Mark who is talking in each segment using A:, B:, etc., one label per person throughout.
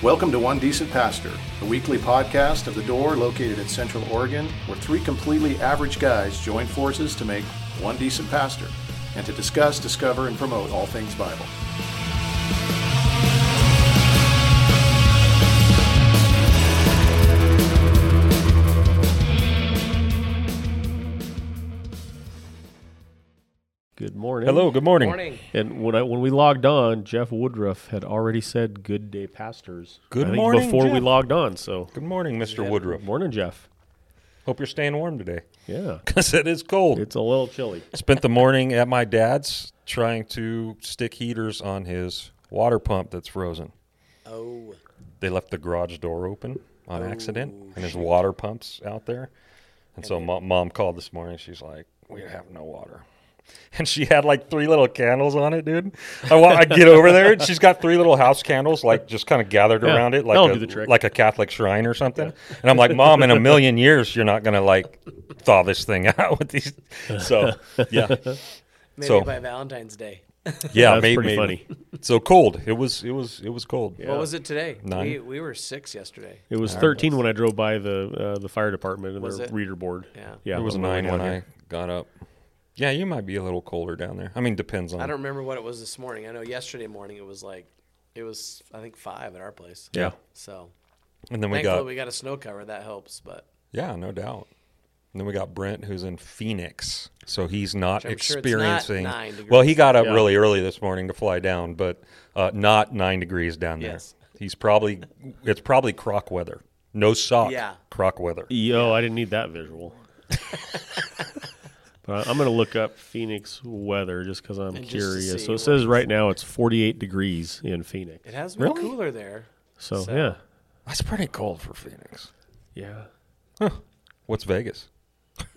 A: Welcome to One Decent Pastor, a weekly podcast of The Door located in Central Oregon, where three completely average guys join forces to make one decent pastor and to discuss, discover, and promote all things Bible.
B: Good morning.
C: Hello, good morning.
D: Morning.
B: And when I when we logged on, Jeff Woodruff had already said "Good day, pastors."
C: Good
B: I think
C: morning,
B: Before we
C: Jeff.
B: logged on, so
C: Good morning, Mr. Woodruff.
B: morning, Jeff.
C: Hope you're staying warm today
B: Yeah,
C: because it is cold.
B: it's a little chilly.
C: Spent the morning at my dad's trying to stick heaters on his water pump that's frozen.
D: Oh,
C: They left the garage door open on accident, and his water pump's out there. And so mo- mom called this morning. She's like, "We have no water." And she had like three little candles on it, dude. I, wa- I get over there, and she's got three little house candles, like just kind of gathered
B: Yeah,
C: around it, like
B: that'll do
C: a,
B: the trick.
C: like a Catholic shrine or something. And I'm like, "Mom, in a million years, you're not gonna like thaw this thing out with these." So yeah,
D: maybe
C: So-
D: by Valentine's Day.
C: yeah,
B: That's
C: may-
B: pretty
C: maybe. So cold. It was. It was. It was cold.
D: What was it today?
C: Nine.
D: We, we were six yesterday.
B: It was 13 when I drove by the uh, the fire department and
D: Was
B: their
D: it?
B: reader board.
D: Yeah.
B: yeah,
C: It was
B: on the way
C: nine when
B: down
C: I
B: here.
C: got up. Yeah, you might be a little colder down there. I mean, depends on.
D: I don't remember what it was this morning. I know yesterday morning it was like, it was I think five at our place.
C: Yeah.
D: So
C: And then we
D: thankfully
C: got.
D: we got a snow cover that helps, but
C: yeah, no doubt. And then we got Brent, who's in Phoenix, so he's not
D: I'm sure it's not
C: experiencing.
D: nine
C: well, he got up
B: Yeah.
C: really early this morning to fly down, but uh, not nine degrees down there.
D: Yes.
C: He's probably. It's probably croc weather. No sock.
D: Yeah.
C: Croc weather.
B: Yo, I didn't need that visual. but I, I'm gonna look up Phoenix weather just because I'm
D: And just to
B: curious.
D: see
B: So it
D: what
B: says
D: it
B: right now it's 48 degrees in Phoenix.
D: it has been
C: Really?
D: cooler there.
B: So,
D: So-
B: yeah,
C: That's pretty cold for Phoenix.
B: yeah.
C: What's Vegas?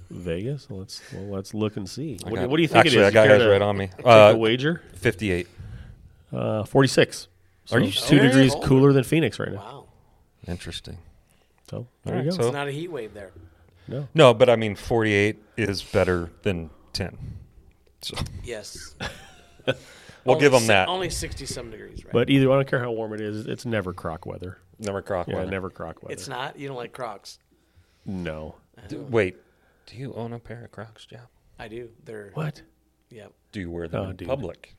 B: Vegas. Let's well, let's look and see. What,
C: got-
B: do- what do you think
C: actually,
B: it is?
C: I got
B: You care
C: guys
B: to
C: right on me.
B: Take
C: Uh,
B: a wager.
C: Fifty-eight.
B: Uh, Forty six.
C: Are
B: two
C: you serious?
B: degrees
D: Colder.
B: cooler than Phoenix right now?
D: Wow.
C: Interesting.
B: So there
C: All
B: you
C: right,
B: go.
C: so-
D: It's not a heat wave there.
B: no,
C: No, but I mean, 48 is better than 10. So
D: Yes.
C: we'll
D: Only
C: give them
D: si-
C: that.
D: Only sixty some degrees, right?
B: but either I don't care how warm it is. It's never croc weather.
C: Never croc
B: Yeah,
C: weather.
B: never croc weather.
D: it's not. You don't like Crocs.
B: No.
C: D- Wait, do you own a pair of Crocs, Jeff?
D: I do. They're
B: What?
D: Yep.
C: Do you wear them
B: Oh,
C: in
B: dude.
C: public?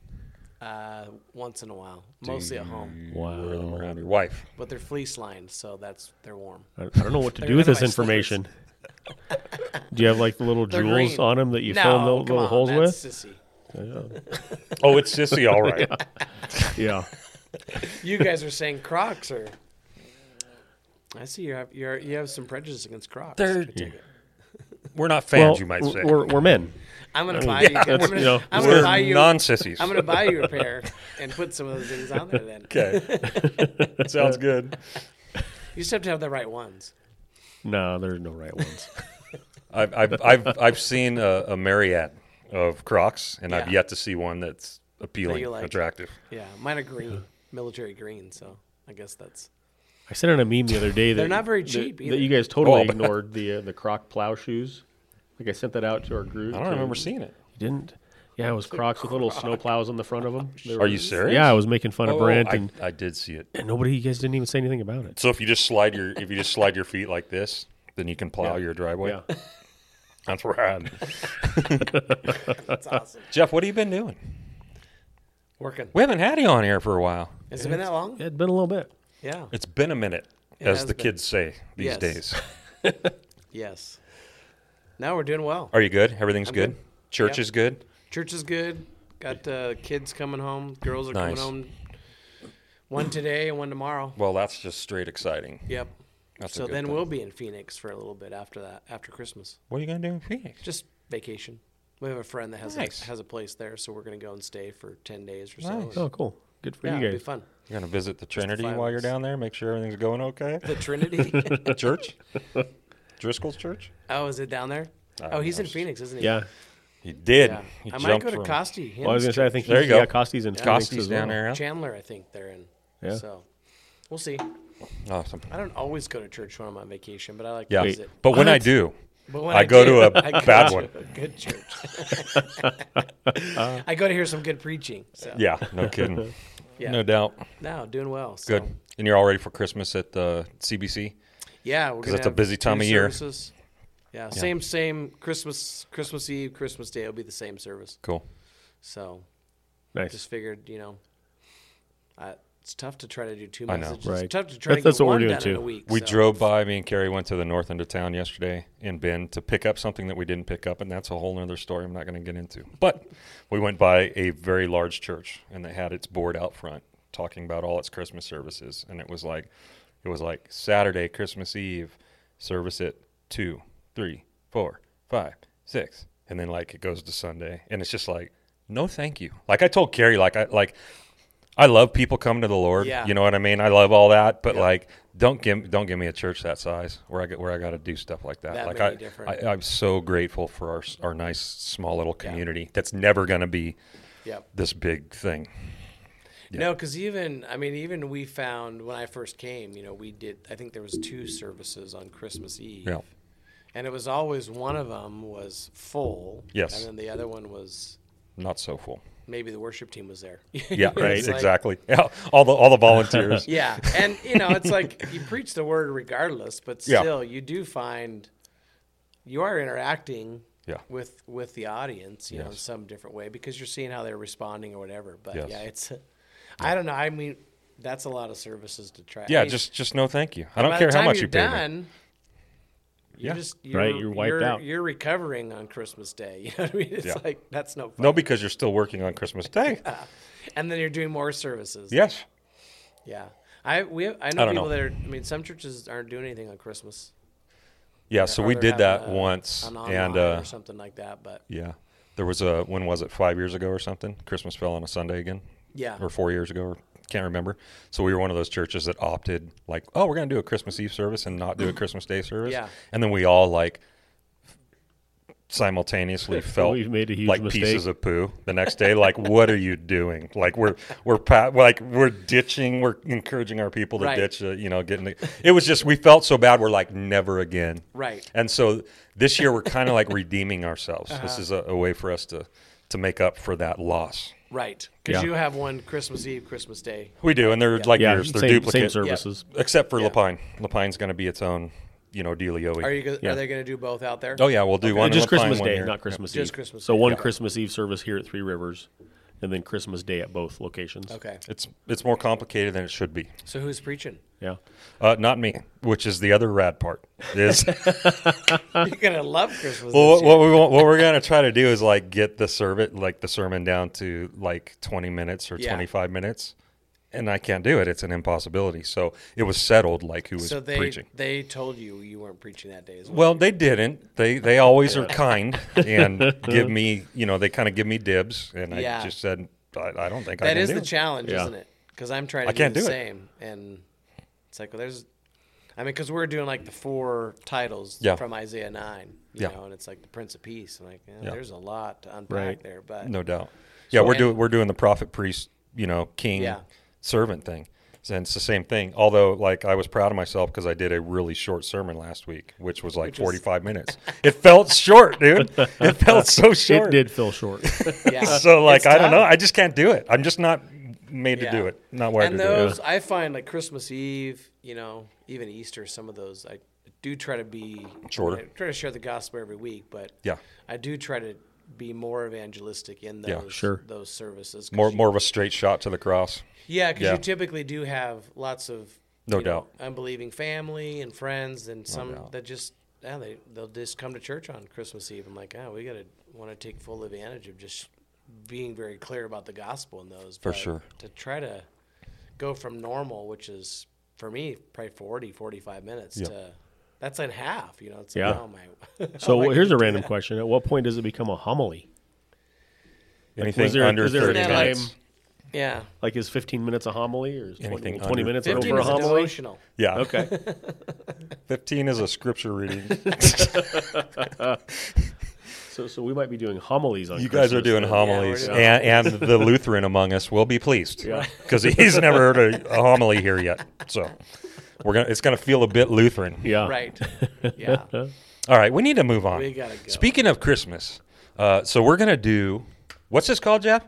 D: Uh, once in a while, mostly at home,
C: Do you wear them
B: Wow.
C: around your wife?
D: but they're fleece lined, so that's they're warm.
B: I, I don't know what to
D: They're
B: do with
D: gonna
B: this
D: buy slippers.
B: information. do you have like the little
D: They're
B: jewels
D: green.
B: on them that you
D: no,
B: fill the
D: come
B: little
D: on,
B: holes
D: that's
B: with?
D: Sissy.
C: Oh, it's sissy, all right.
B: Yeah.
D: You guys are saying Crocs are. I see you have you're, you have some prejudice against Crocs.
C: They're-
D: I take it.
C: We're not fans,
B: well,
C: you might
B: w-
C: say.
B: we're, we're men.
D: I'm gonna buy you. I'm
B: that's-
D: gonna,
B: you know,
D: I'm
C: We're
D: gonna buy you.
C: non-sissies.
D: I'm gonna buy you a pair and put some of those things on there. Then
C: okay. Sounds good.
D: you just have to have the right ones.
B: No, there's no right ones.
C: I've, I've, I've, I've seen a, a myriad of Crocs, and I've
D: Yeah.
C: yet to see one that's appealing,
D: like.
C: attractive.
D: Yeah, mine are green, military green. So I guess that's
B: I sent out a meme the other day that
D: They're not very
B: that-
D: cheap
B: That,
D: either.
B: you guys totally
C: Oh, but-
B: ignored the uh, the Croc plow shoes. Like I sent that out to our group.
C: I don't remember seeing it.
B: You didn't. Yeah, it was Crocs with little snow plows on the front of them. They
C: Are
B: were-
C: you serious?
B: Yeah, I was making fun of
C: Oh,
B: Brent,
C: I,
B: and,
C: I did see it.
B: and nobody. You guys didn't even say anything about it.
C: So if you just slide your if you just slide your feet like this, then you can plow your driveway.
B: Yeah,
C: That's rad.
D: that's awesome.
C: Jeff, what have you been doing?
D: Working.
C: We haven't had you on here for a while.
D: Has it been that long?
B: it'd been a little bit.
D: Yeah.
C: It's been a minute,
D: It
C: as
D: has
C: the
D: been.
C: kids say these
D: Yes.
C: days.
D: Yes. Now we're doing well.
C: Are you good? Everything's
D: I'm
C: good?
D: good.
C: Church
D: Yep.
C: is good.
D: Church is good. Got uh, kids coming home. Girls are
C: Nice.
D: coming home. One today and one tomorrow.
C: Well, that's just straight exciting.
D: Yep.
C: That's a
D: so
C: good
D: then
C: thing.
D: we'll be in Phoenix for a little bit after that, after Christmas.
C: What are you gonna do in Phoenix?
D: Just vacation. We have a friend that has
C: Nice.
D: a, has a place there, so we're gonna go and stay for ten days or so.
C: Nice.
B: Oh, cool. Good for
D: yeah,
B: you
D: it'll be
B: guys.
D: fun.
C: You're gonna visit the Trinity
D: five
C: while you're
D: weeks.
C: down there, make sure everything's going okay.
D: The Trinity.
C: The church? Driscoll's church?
D: oh, is it down there?
C: I
D: oh,
C: don't
D: he's
C: know.
D: in Phoenix, isn't he?
B: Yeah.
C: He did.
D: Yeah.
C: Uh, He
D: I might go to
C: jumped from-
D: Costi.
B: Well, I was gonna say I think
C: There
B: he's,
C: you go.
B: yeah, Costi's in Phoenix
C: Costi's
B: as well.
C: down there. huh?
D: Chandler, I think they're in.
B: Yeah.
D: So we'll see.
C: Awesome.
D: I don't always go to church when I'm on vacation, but I like
C: Oh, Yeah.
D: to visit.
C: But when I
B: What?
C: do,
D: But when
C: I go to a
D: I go
C: bad
D: to
C: one.
D: a good church.
B: Uh-huh.
D: I go to hear some good preaching. So
C: Yeah, no kidding.
D: Yeah.
C: No doubt.
D: no, doing well. So.
C: Good. And you're all ready for Christmas at the CBC.
D: Yeah, we're
C: 'Cause
D: gonna
C: it's a
D: have
C: busy
D: two
C: time of year.
D: services. Yeah, same same Christmas Christmas Eve Christmas Day will be the same service.
C: Cool.
D: So
B: Nice.
D: just figured you know, I, it's tough to try to do two
C: I know.
D: messages.
B: Right.
D: It's tough to try
B: That's-
D: to
B: that's
D: get
B: what we're
D: one
B: doing
D: done in
B: too.
D: a week.
C: We
D: so.
C: drove by. Me and Carrie went to the north end of town yesterday in Bend to pick up something that we didn't pick up, and that's a whole nother story. I'm not going to get into. But we went by a very large church, and they had its board out front talking about all its Christmas services, and it was like, it was like Saturday Christmas Eve service at two, three, four, five, six, and then like it goes to Sunday, and it's just like, no, thank you. Like I told Carrie, like I like I love people coming to the Lord.
D: Yeah.
C: You know what I mean? I love all that, but like, don't give don't give me a church that size where I get where I got to do stuff like that.
D: That
C: like
D: may
C: I,
D: be different.
C: I, I'm so grateful for our s- our nice small little community that's never going to be
D: Yep.
C: this big thing.
D: No, because even I mean, even we found when I first came, you know, we did. I think there was two services on Christmas Eve.
C: Yeah.
D: And it was always one of them was full.
C: Yes.
D: And then the other one was
C: Not so full.
D: maybe the worship team was there.
C: Yeah,
D: It's
C: right.
D: like-
C: Exactly. Yeah, all the all the volunteers.
D: Yeah, and you know, it's like you preach the word regardless, but
C: Yeah.
D: still, you do find you are interacting
C: Yeah.
D: with with the audience, you know, in
C: Yes.
D: some different way because you're seeing how they're responding or whatever. But
C: Yes.
D: yeah, it's I don't know. I mean, that's a lot of services to try. I
C: Yeah,
D: mean,
C: just just no, thank you. I don't
D: by
C: care
D: the
C: how
D: time
C: much
D: you're
C: you pay me.
D: done. You're
C: Yeah.
D: just you're,
B: Right, you're wiped out.
D: You're recovering on Christmas Day. You know what I mean? It's
C: Yeah.
D: like that's no fun.
C: No, because you're still working on Christmas Day.
D: And then you're doing more services.
C: yes.
D: Yeah. I we have, I
C: I
D: know
C: don't
D: people
C: know.
D: that are. I mean, some churches aren't doing anything on Christmas.
C: Yeah. So
D: or
C: we
D: they're
C: did that
D: having a-
C: once,
D: an online
C: and uh,
D: or something like that. But
C: Yeah. There was a when was it? Five years ago or something. Christmas fell on a Sunday again.
D: Yeah.
C: Or four years ago. Or, can't remember. So we were one of those churches that opted like, oh, we're gonna do a Christmas Eve service and not do a Christmas Day service.
D: Yeah.
C: And then we all like simultaneously felt
B: We've made a huge
C: like
B: mistake.
C: pieces of poo the next day. Like, what are you doing? Like we're we're pa- like we're ditching. We're encouraging our people to
D: Right.
C: ditch. Uh, you know, getting the, it was just we felt so bad. We're like never again.
D: Right.
C: And so this year we're kind of like redeeming ourselves.
D: Uh-huh.
C: This is a, a way for us to to make up for that loss.
D: right, because
B: Yeah.
D: you have one Christmas Eve, Christmas Day.
C: We do, and they're like
B: Yeah,
C: yours. They're
B: same, same
C: duplicate,
B: services.
C: except for Lapine. Lapine's going to be its own, you know, dealio.
D: Are you? go-
B: Yeah.
D: Are they going to do both out there?
C: Oh yeah, we'll do one. in
B: Just
C: Lapine,
B: Christmas
C: one
B: Day,
C: here.
B: not Christmas Eve.
D: Just Christmas
B: So
D: Day.
B: one Christmas Eve service here at Three Rivers, and then Christmas Day at both locations.
D: Okay.
C: It's it's more complicated than it should be.
D: So who's preaching?
B: Yeah.
C: Uh, not me, which is the other rad part. Is
D: You're going to love Christmas.
C: Well, what,
D: this
C: what we want, what we're gonna try to do is like get the servant like the sermon down to like twenty minutes or
D: Yeah.
C: twenty five minutes, and I can't do it. It's an impossibility. So it was settled like who
D: year.
C: was
D: so they
C: preaching.
D: they told you you weren't preaching that day as well.
C: Well, they didn't. They they always are kind and give me you know they kind of give me dibs, and I
D: Yeah.
C: just said I, I don't think I
D: That
C: can
D: is
C: do
D: the
C: it."
D: challenge,
B: Yeah.
D: isn't it? Because I'm trying to
C: I
D: do
C: can't
D: the
C: do it.
D: same, and it's like well, there's, I mean, because we're doing like the four titles
C: Yeah.
D: from Isaiah nine, you
C: Yeah.
D: know, and it's like the Prince of Peace, and like eh,
C: Yeah.
D: there's a lot to unpack
B: Right.
D: there, but
C: No doubt. Yeah, we're
D: and-
C: doing we're doing the prophet priest, you know, king
D: Yeah.
C: servant thing. And it's the same thing. Although, like, I was proud of myself because I did a really short sermon last week, which was like 45 minutes. It felt short, dude. It felt so short.
B: It did feel short.
D: yeah.
C: So, like,
D: It's
C: I don't know.
D: tough.
C: I just can't do it. I'm just not made to
D: Yeah.
C: do it. Not wired
D: and
C: to do it.
D: those I find like Christmas Eve, you know, even Easter, some of those I do try to be
C: Shorter.
D: I try to share the gospel every week, but
C: Yeah.
D: I do try to be more evangelistic in those
C: Yeah,
B: sure.
D: those services. 'cause
C: More,
D: you-
C: more of a straight shot to the cross.
D: yeah, because
C: yeah.
D: you typically do have lots of
C: No
D: you know,
C: doubt.
D: unbelieving family and friends, and some
C: doubt.
D: that just yeah they they'll just come to church on Christmas Eve. I'm like, oh, we gotta want to take full advantage of just being very clear about the gospel in those.
C: For
D: but
C: sure.
D: To try to go from normal, which is for me probably 40, 45 minutes
C: Yeah.
D: to that's in half. You know, it's
B: Yeah.
D: like, oh my.
B: So
D: oh my
B: here's a
D: goodness.
B: random question: At what point does it become a homily?
C: Anything
B: was there-
C: under
B: is there a
C: 30
D: time-
C: minutes.
D: Yeah.
B: Like, is 15 minutes a homily, or is 20,
C: Anything
B: 20
C: under
B: minutes
D: Fifteen
B: over a
D: is
B: homily?
D: devotional.
C: Yeah.
B: Okay,
C: 15 is a scripture reading.
B: so so we might be doing homilies on.
C: You guys are
B: Christmas
C: doing
B: then.
C: homilies,
D: doing
C: and, and the Lutheran among us will be pleased because he's never heard a, a homily here yet. So we're gonna, it's gonna feel a bit Lutheran.
B: Yeah,
D: Right. Yeah.
C: All right, we need to move on.
D: We gotta go.
C: Speaking of Christmas, uh, so we're gonna do what's this called, Jeff?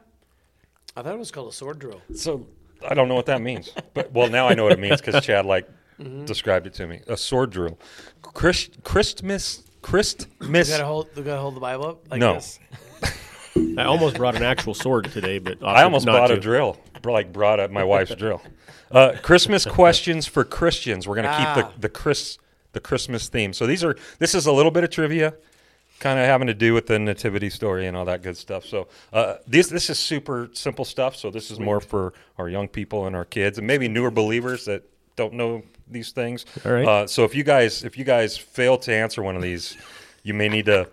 D: I thought it was called a sword drill.
C: So I don't know what that means. But well, now I know what it means because Chad like
D: Mm-hmm.
C: described it to me. A sword drill, Christ, Christmas,
D: You
C: Christmas.
D: gotta hold. You gotta hold the Bible up. Like
C: No.
D: This.
B: I almost brought an actual sword today, but
C: I almost
B: not
C: bought
B: to.
C: a drill, br- like brought up my wife's drill. Uh, Christmas questions for Christians. We're gonna
D: Ah.
C: keep the the Chris the Christmas theme. So these are this is a little bit of trivia, kind of having to do with the nativity story and all that good stuff. So uh, this this is super simple stuff. So this is more for our young people and our kids and maybe newer believers that don't know these things.
B: All right.
C: Uh, so if you guys if you guys fail to answer one of these, you may need to.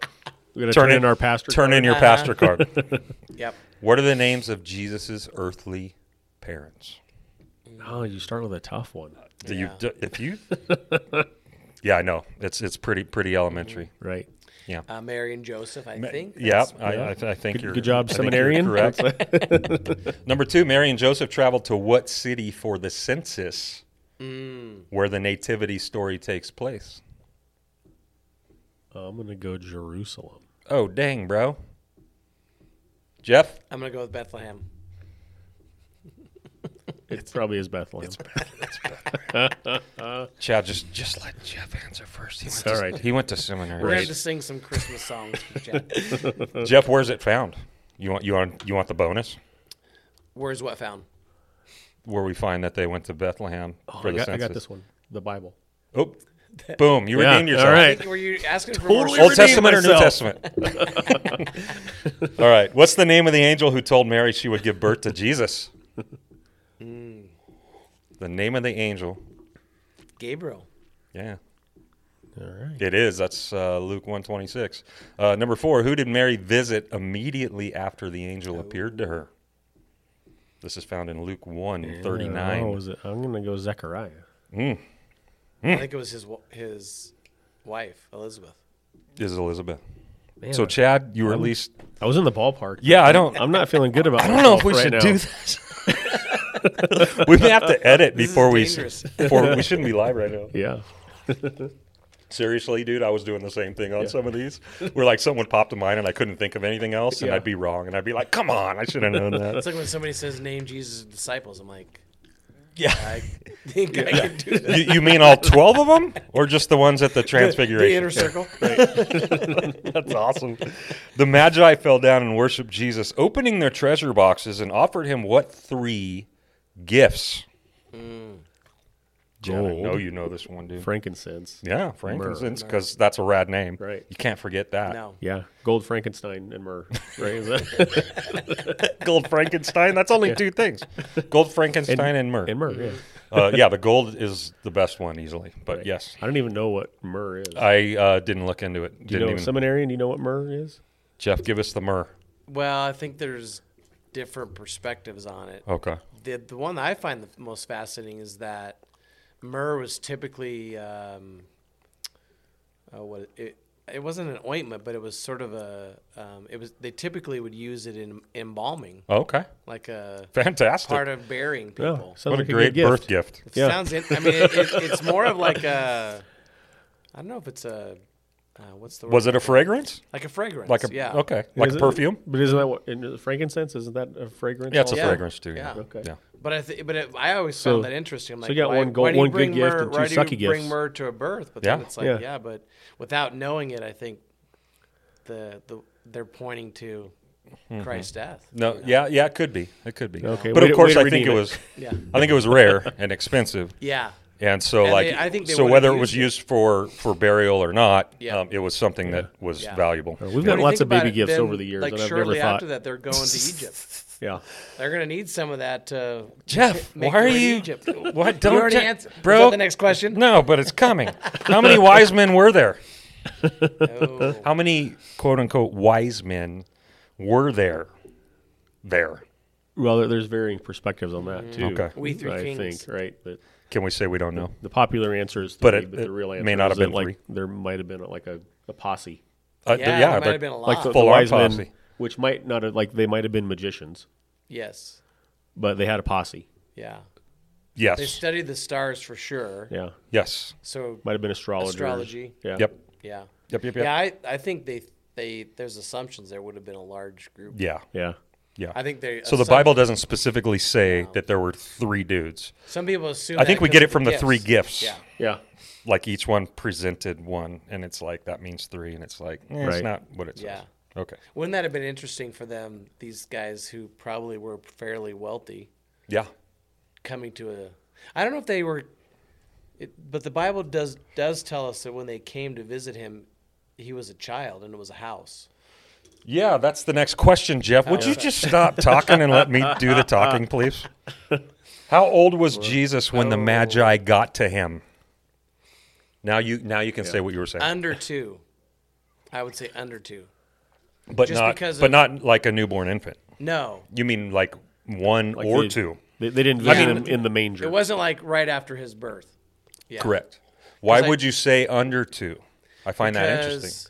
B: We're gonna turn, in our pastor.
C: Turn in your
D: Uh-huh.
C: pastor card.
D: Yep.
C: What are the names of Jesus' earthly parents?
B: Oh, you start with a tough one,
C: Do you do, if you? yeah, I know it's it's pretty pretty elementary.
B: right?
C: Yeah.
D: Uh, Mary and Joseph. I think.
C: yeah,
D: that's-
C: I, I, th- I think
B: Good,
C: you're
B: good job,
C: I think
B: seminarian.
C: You're correct. Number two, Mary and Joseph traveled to what city for the census,
D: Mm.
C: where the nativity story takes place?
B: Uh, I'm gonna go Jerusalem.
C: Oh, dang, bro. Jeff,
D: I'm gonna go with Bethlehem.
B: It probably is Bethlehem.
C: Chad, just just let Jeff answer first. He went
B: all
C: to,
B: right.
C: He went to seminary.
D: We're gonna have to sing some Christmas songs. For Jack.
C: Jeff, where's it found? You want you want you want the bonus?
D: Where's what found?
C: where we find that they went to Bethlehem
B: Oh,
C: for
B: I,
C: the
B: got, I
C: census.
B: got this one. The Bible.
C: Oh, boom! You
B: Yeah,
C: redeemed yourself.
B: all right.
D: Think- Were you asking for
B: Totally
D: more?
C: Old
B: redeemed
C: Testament or New
B: myself.
C: Testament? all right. What's the name of the angel who told Mary she would give birth to Jesus?
B: Hmm.
C: The name of the angel.
D: Gabriel.
C: Yeah,
B: All right.
C: it is. That's uh, Luke one twenty six. Uh, number four. Who did Mary visit immediately after the
B: Oh.
C: angel appeared to her? This is found in Luke one thirty
B: Oh,
C: nine.
B: was it? I'm gonna go Zechariah. Hmm.
D: I think it was his wa- his wife Elizabeth.
C: Is Elizabeth?
B: Man,
C: So Chad, you were at least.
B: I was in the ballpark.
C: Yeah, I don't.
B: I'm not feeling good about.
C: I don't know
B: myself
C: if we
B: right
C: should
B: now.
C: do this. we may have to edit
D: is
C: before we
D: dangerous.
C: before we shouldn't be live right now.
B: Yeah.
C: Seriously, dude, I was doing the same thing on some of these. Where like someone popped to mind and I couldn't think of anything else, and
B: Yeah.
C: I'd be wrong, and I'd be like, "Come on, I should have known that."
D: It's like when somebody says name Jesus' disciples. I'm like,
C: yeah.
D: I think I can do that.
C: You, you mean all twelve of them, or just the ones at the
D: The
C: Transfiguration?
D: inner circle.
C: That's awesome. The Magi fell down and worshiped Jesus, opening their treasure boxes and offered him what three gifts? Jen, I know
B: Gold.
C: you know this one, dude.
B: Frankincense.
C: Yeah, frankincense, because that's a rad name.
B: Right.
C: You can't forget that.
D: No.
B: Yeah. Gold, Frankenstein, and myrrh. Right. Is that-
C: Gold Frankenstein. That's only two things. Gold Frankenstein and, myrrh.
B: and myrrh. Yeah.
C: uh, yeah, the gold is the best one easily. But yes,
B: I don't even know what myrrh is.
C: I uh, didn't look into it.
B: you
C: Didn't
B: know,
C: even.
B: seminarian, you know what myrrh is?
C: Jeff, give us the myrrh.
D: Well, I think there's different perspectives on it.
C: Okay.
D: The, the one that I find the most fascinating is that myrrh was typically um, uh, what it it wasn't an ointment, but it was sort of a um, it was they typically would use it in embalming,
C: Okay.
D: like a
C: Fantastic.
D: part of burying people.
B: sounds
C: what a
B: like good
C: great
B: gift.
C: birth gift.
D: It
B: Yeah.
D: sounds. In, I mean, it, it, it's more of like a I don't know if it's a uh, what's the word?
C: Was it a fragrance?
D: like a fragrance?
C: Like a
D: yeah.
C: okay, like
B: Isn't-
C: a perfume.
B: But isn't that what and frankincense? Isn't that a fragrance?
C: Yeah, it's a
B: also?
D: Yeah.
C: fragrance too. Yeah.
D: Yeah.
B: Okay.
C: Yeah.
D: But I th- but it, I always
B: So-
D: found that interesting. I'm like,
B: so you got
D: why-
B: one gold-
D: why do you
B: one good
D: bring
B: gift
D: myrrh-
B: and two
D: why do
B: sucky
D: you Bring
B: gifts?
D: myrrh to a birth, but then
C: Yeah.
D: it's like,
B: Yeah.
D: yeah. but without knowing it, I think the the they're pointing to
B: Mm-hmm.
D: Christ's death.
C: No. Yeah. Yeah. It could be. It could be.
B: Okay,
C: But
B: way to- way
C: of course,
B: to
C: I think
B: redeem
C: it
B: it.
C: was.
D: Yeah,
C: I think it was rare and expensive.
D: yeah,
C: And so,
D: And
C: like,
D: they- I think they
C: so
D: would've
C: whether it was
D: used it.
C: used for for burial or not,
D: Yeah.
C: um, it was something that was
D: Yeah.
C: valuable.
B: We've
D: When
B: got
D: you
B: lots
D: think
B: of baby
D: about it,
B: gifts
D: then,
B: over the years,
D: Like
B: and I've never
D: shortly
B: thought.
D: after that, they're going to Egypt.
B: Yeah,
D: They're going to need some of that. To
C: Jeff,
D: make
C: why
D: their
C: are
D: way to
C: you?
D: Egypt.
C: Why don't
D: you already
C: Jeff-
D: answer,
C: bro?
D: Is that the next question.
C: No, but it's coming. How many wise men were there?
D: Oh.
C: How many quote unquote wise men were there? There.
B: well, there- there's varying perspectives on that too.
C: Okay.
D: We Three
B: I
D: Kings.
B: think right, but
C: Can we say we don't know?
B: the popular answer is three,
C: But
B: but,
C: it-
B: the
C: it
B: real
C: may
B: answer
C: not
B: is
C: have
B: that,
C: been
B: like
C: three.
B: there might have been like a, a posse,
C: Uh,
D: Yeah, it might
C: but-
D: have been a lot.
B: like the, the
C: Full-on
B: wise men,
C: posse.
B: which might not have like they might have been magicians,
D: Yes.
B: but they had a posse.
D: Yeah. They
C: Yes.
D: studied the stars for sure.
B: Yeah,
C: Yes.
D: So
B: might have been astrologers.
D: Astrology.
B: Yeah.
C: Yep.
D: yeah.
C: Yep. Yep. Yep.
D: Yeah, I, I think they they there's assumptions there would have been a large group.
C: yeah.
B: Yeah.
C: Yeah.
D: I think they.
C: so the
D: some-
C: Bible doesn't specifically say that there were three dudes.
D: Some people
C: I
D: assume. that
C: think we
D: 'cause
C: get
D: of
C: it from the three gifts.
D: Yeah.
B: Yeah.
C: Like each one presented one, and it's like that means three, and it's like eh,
B: Right.
C: it's not what it says.
D: Yeah.
C: Okay.
D: Wouldn't that have been interesting for them? These guys who probably were fairly wealthy
C: Yeah.
D: coming to a. I don't know if they were, it, but the Bible does does tell us that when they came to visit him, he was a child and it was a house.
C: Yeah, that's the next question, Jeff.
D: Oh,
C: Would you just stop talking and let me do the talking, please? How old was Jesus when the
D: Oh.
C: Magi got to him? Now you now you can say what you were saying,
D: Under two, I would say under two.
C: but
D: just
C: not
D: because
C: but
D: of-
C: not like a newborn infant.
D: No,
C: You mean like one
B: Like
C: or
B: they-
C: two?
B: They, they didn't visit
D: mean,
B: him in the manger.
D: it wasn't like right after his birth. Yeah.
C: Correct. Why
D: 'Cause I-
C: would you say under two? I find that interesting.
D: Because,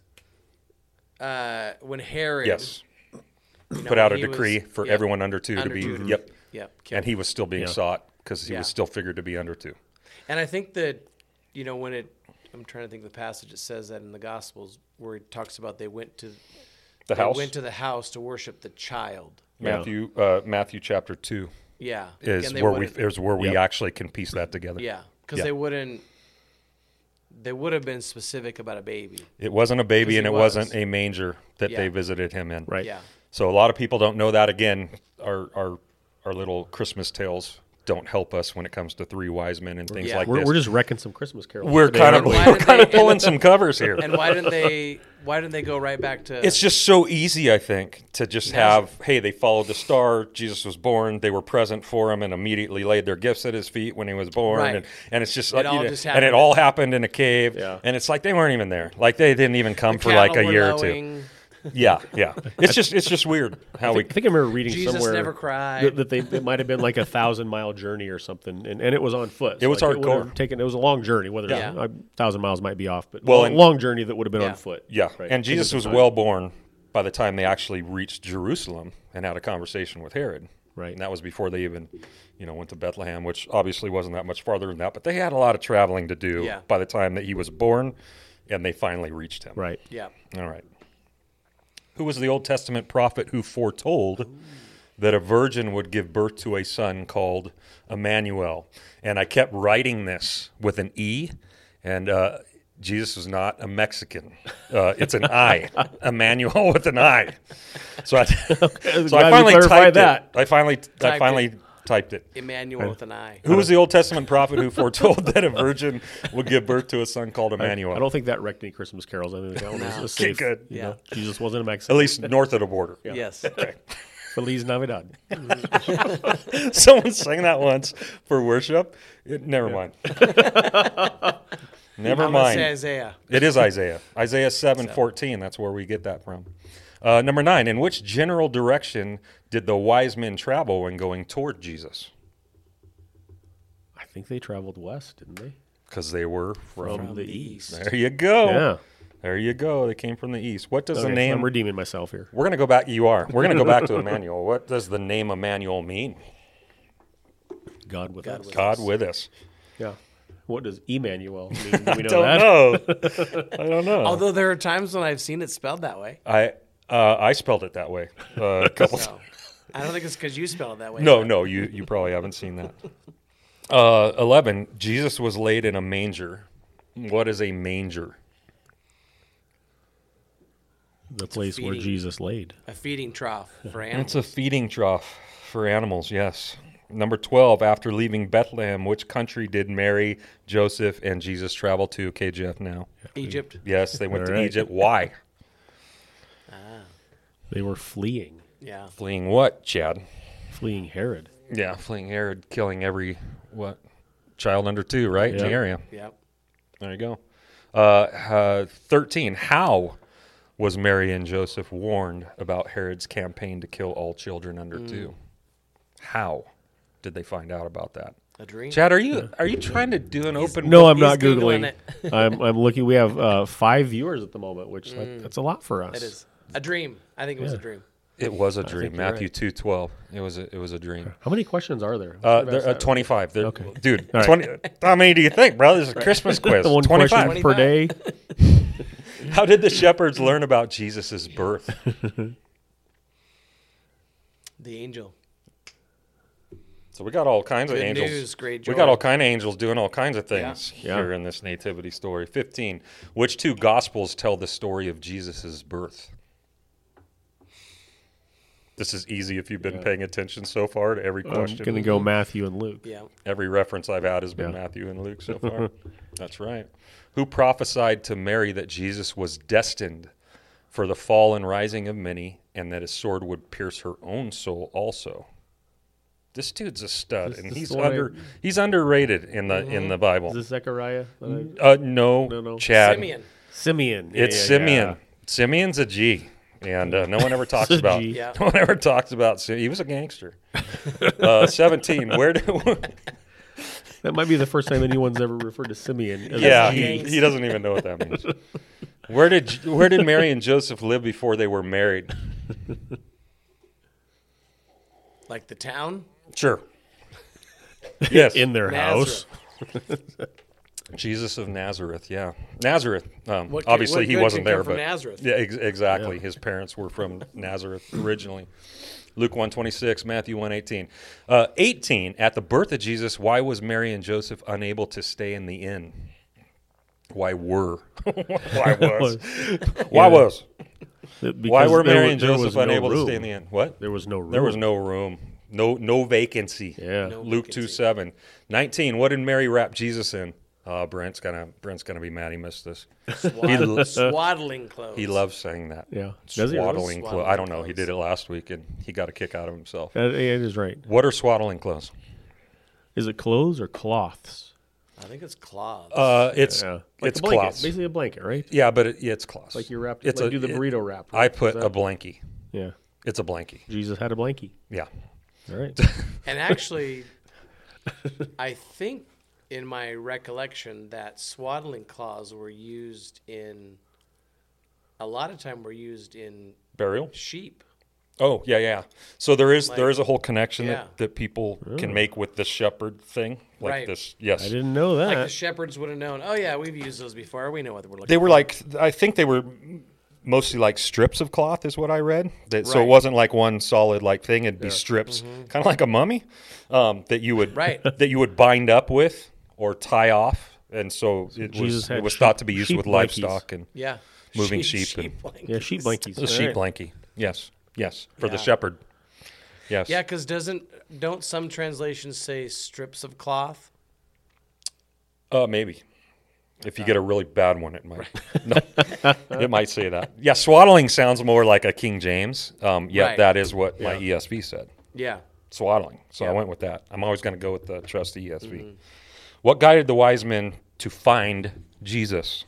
D: Uh, when Herod
C: Yes,
D: you know,
C: put out a
D: he was-
C: decree for
D: yeah,
C: everyone under two
D: under
C: to be.
D: two to be-
C: yep,
D: Yep.
C: and he was still being
B: Yeah.
C: sought because he
D: Yeah.
C: was still figured to be under two.
D: And I think that, you know, when it, I'm trying to think of the passage that says that in the Gospels where it talks about they went to
C: The
D: they
C: house,
D: went to the house to worship the child.
C: Matthew uh, Matthew chapter two.
D: Yeah.
C: is
D: And they
C: where we
D: wouldn't-
C: is where we
B: Yep.
C: actually can piece that together.
D: Yeah. Because
C: Yeah.
D: they wouldn't, they would have been specific about a baby.
C: It wasn't a
D: Because
C: baby
D: he
C: and it
D: was.
C: wasn't a manger that
D: Yeah.
C: they visited him in.
B: Right.
D: Yeah.
C: So a lot of people don't know that again. Our our our little Christmas tales don't help us when it comes to three wise men and things
D: Yeah.
C: like
B: We're,
C: this.
B: we're just wrecking some Christmas carols.
C: We're
B: today,
C: kind of
B: aren't
D: Why
C: we're
D: did
C: kind of
D: they-
C: pulling some covers here.
D: And why didn't they, why didn't they go right back to,
C: it's just so easy, I think, to just have, hey, they followed the star. Jesus was born. They were present for him and immediately laid their gifts at his feet when he was born.
D: Right.
C: And, and it's just,
D: It
C: like,
D: all
C: you know,
D: just
C: and it
D: happened.
C: all happened in a cave.
B: Yeah.
C: And it's like they weren't even there. Like they didn't even come
D: the
C: for like
D: cattle
C: a
D: were
C: year or
D: lowing?
C: two. Yeah, yeah. It's just, it's just weird how
B: I
C: we.
B: think, I think I remember reading
D: Jesus
B: somewhere
D: never cried.
B: that- that they it might have been like a thousand mile journey or something, and, and it was on foot. So,
C: was
B: like, would have
C: hardcore.
B: Taken it was a long journey. Whether
D: Yeah.
B: a thousand miles might be off, but
C: Well,
B: well, a
C: and-
B: long journey that would have been
D: Yeah.
B: on foot.
C: Yeah,
B: Right.
C: and Jesus
B: Taken
C: was
B: some time.
C: well born by the time they actually reached Jerusalem and had a conversation with Herod.
B: Right.
C: and that was before they even, you know, went to Bethlehem, which obviously wasn't that much farther than that. But they had a lot of traveling to do
D: Yeah.
C: by the time that he was born, and they finally reached him.
B: Right.
D: yeah.
C: All right. Who was the Old Testament prophet who foretold that a virgin would give birth to a son called Emmanuel? And I kept writing this with an E, and uh, Jesus was not a Mexican. Uh, it's an I, Emmanuel with an I. So I, so I
B: Uh, Glad we
C: finally
B: clarified
C: typed
B: that.
C: it. I finally, I
D: it.
C: finally typed it.
D: Emmanuel with an eye.
C: Who was the Old Testament prophet who foretold that a virgin would give birth to a son called Emmanuel?
B: I don't think that wrecked any Christmas carols. I think that one was a safe.
C: good.
B: you
D: Yeah.
B: know, Jesus wasn't a
C: At
B: Mexican.
C: least north of the border.
D: Yes.
B: Feliz Navidad.
C: Someone sang that once for worship. It- never mind. never
D: I'm going to say
C: mind.
D: Isaiah.
C: It is Isaiah. Isaiah seven fourteen. That's where we get that from. Uh, number nine. In which general direction did the wise men travel when going toward Jesus?
B: I think they traveled west, didn't they?
C: Because they were from.
B: From the east.
C: There you go.
B: Yeah.
C: There you go. They came from the east. What does
B: Okay,
C: the Oh, name?
B: I'm redeeming myself here.
C: We're gonna go back. You are. We're gonna go back to Emmanuel. What does the name Emmanuel mean?
B: God with us.
C: God with us.
B: Yeah. What does Emmanuel mean? Do we know
C: Don't
B: that?
C: know. I don't know.
D: Although there are times when I've seen it spelled that way.
C: I uh, I spelled it that way uh, a couple.
D: So I don't think it's because you spelled it that way.
C: No, no, you you probably haven't seen that. Uh, Eleven. Jesus was laid in a manger. What is a manger?
B: The place where
D: feeding.
B: Jesus laid.
D: A feeding trough for
C: It's
D: animals.
C: a feeding trough for animals. Yes. Number twelve. After leaving Bethlehem, which country did Mary, Joseph, and Jesus travel to? Okay, Jeff. Now,
D: Egypt.
C: yes, they went to
B: All right.
C: Egypt. Why?
B: They were fleeing,
D: Yeah.
C: Fleeing what, Chad?
B: fleeing Herod.
C: Yeah, fleeing Herod, killing every what child under two, right? In
B: Yeah.
C: the area.
D: Yeah.
C: There you go. Uh, uh, 13. How was Mary and Joseph warned about Herod's campaign to kill all children under
B: Mm.
C: two? How did they find out about that?
D: A dream.
C: Chad, are you are you trying to do an open?
B: No, I'm
D: He's
B: not
D: Googling
B: googling. I'm, I'm looking. We have uh, five viewers at the moment, which like, that's a lot for us.
D: It is. A dream. I think it was a dream.
C: It was a dream.
B: you're right.
C: Matthew two twelve. It was a, it was a dream.
B: How many questions are there?
C: Uh, they're, uh, 25. They're, okay. Dude,
B: All right.
C: 20, how many do you think, bro? This is a Christmas quiz.
B: the one
C: 25.
B: question per day.
C: How did the shepherds learn about Jesus' birth?
D: The angel.
C: So we got all kinds of
D: Good
C: angels.
D: news, great
C: We got
D: joy.
C: all kind of angels doing all kinds of things
B: Yeah.
C: here in this nativity story. Fifteen. Which two gospels tell the story of Jesus' birth? This is easy if you've been paying attention so far to every
B: I'm
C: question.
B: going to go Matthew and Luke.
D: Yeah.
C: Every reference I've had has been
B: Yeah.
C: Matthew and Luke so far. That's right. Who prophesied to Mary that Jesus was destined for the fall and rising of many and that his sword would pierce her own soul also? This dude's a stud
B: This-
C: and
B: this
C: he's
B: the one I-
C: under he's underrated in the in the
B: Is
C: Bible.
B: this Zechariah?
C: uh, no,
B: No, no.
C: Chad.
D: Simeon.
B: Simeon. Yeah,
C: It's
B: yeah,
C: Simeon.
B: yeah.
C: Simeon's a G, and uh, no one ever talks
B: It's a
C: about.
B: G.
D: Yeah.
C: No one ever talks about. Sim- He was a gangster. uh, Seventeen. Where do?
B: That might be the first time anyone's ever referred to Simeon. As
C: yeah,
B: a
C: he,
B: G.
C: he doesn't even know what that means. Where did where did Mary and Joseph live before they were married?
D: Like the town.
C: Sure. Yes,
B: in their house.
D: Nazareth.
C: Jesus of Nazareth. Yeah, Nazareth. Um,
D: What can-
C: obviously,
D: what
C: he
D: good
C: wasn't
D: can come
C: there,
D: from
C: but
D: Nazareth?
C: yeah, ex- exactly. His parents were from Nazareth originally. Luke one twenty six, Matthew one eighteen, uh, eighteen. At the birth of Jesus, why was Mary and Joseph unable to stay in the inn? Why were? why was? why was?
B: Because
C: Why were
B: there
C: Mary
B: wa-
C: and
B: there
C: Joseph
B: was no
C: unable to
B: room.
C: stay in the inn? What?
B: There was no room.
C: There was no room. No no vacancy.
B: Yeah.
D: No
C: Luke
D: vacancy.
C: two seven. Nineteen. What did Mary wrap Jesus in? Uh, Brent's gonna Brent's gonna be mad he missed this.
D: Swad- swaddling clothes.
C: He loves saying that.
B: Yeah. Does he really?
C: Swaddling clothes.
D: Swaddling
C: I don't know. He
D: clothes.
C: did it last week and he got a kick out of himself.
B: That- Uh, yeah, it is right.
C: What are swaddling clothes?
B: Is it clothes or cloths?
D: I think it's cloths.
C: Uh, it's
B: Yeah.
C: it's
B: a blanket.
C: cloths.
B: Basically a blanket, right?
C: Yeah, but it, yeah, it's cloths.
B: Like you wrapped
C: It's
B: like
C: a-
B: do the
C: it-
B: burrito wrap.
C: I
B: right?
C: put
B: Is
C: a
B: that-
C: blankie.
B: Yeah.
C: It's a blankie.
B: Jesus had a blankie.
C: Yeah.
B: All right.
D: and actually, I think in my recollection that swaddling cloths were used in a lot of time were used in
C: Burial.
D: sheep.
C: Oh yeah, yeah. So there is there is a whole connection
D: yeah.
C: that, that people can make with the shepherd thing, like
D: Right.
C: this. Yes,
B: I didn't know that.
D: Like the shepherds would have known. Oh yeah, we've used those before. We know what we're looking.
C: Uh, they were like I think they were mostly like strips of cloth is what I read. That so it
D: Right. Mm-hmm.
C: wasn't like one solid like thing. It'd be strips, kind of like a mummy um, that you would
D: Right.
C: that you would bind up with or tie off. And so it
B: Jesus
C: was it
B: had
C: was thought
B: sheep-
C: to be used
B: sheep
C: with
B: blankies.
C: livestock and
D: Yeah.
C: Moving sheep and-
D: blanket.
B: yeah, sheep blankies.
C: a
B: All
C: sheep
B: right.
C: blankie. Yes, yes, for the
D: Yeah.
C: shepherd. Yes.
D: Yeah, because doesn't don't some translations say strips of cloth?
C: Uh, maybe. If you get a really bad one, it might. No, it might say that. Yeah, swaddling sounds more like a King James. Um, yet
D: Right.
C: that is what my ESV said.
D: Yeah.
C: Swaddling. So I went with that. I'm always going to go with the trusty ESV. What guided the wise men to find Jesus?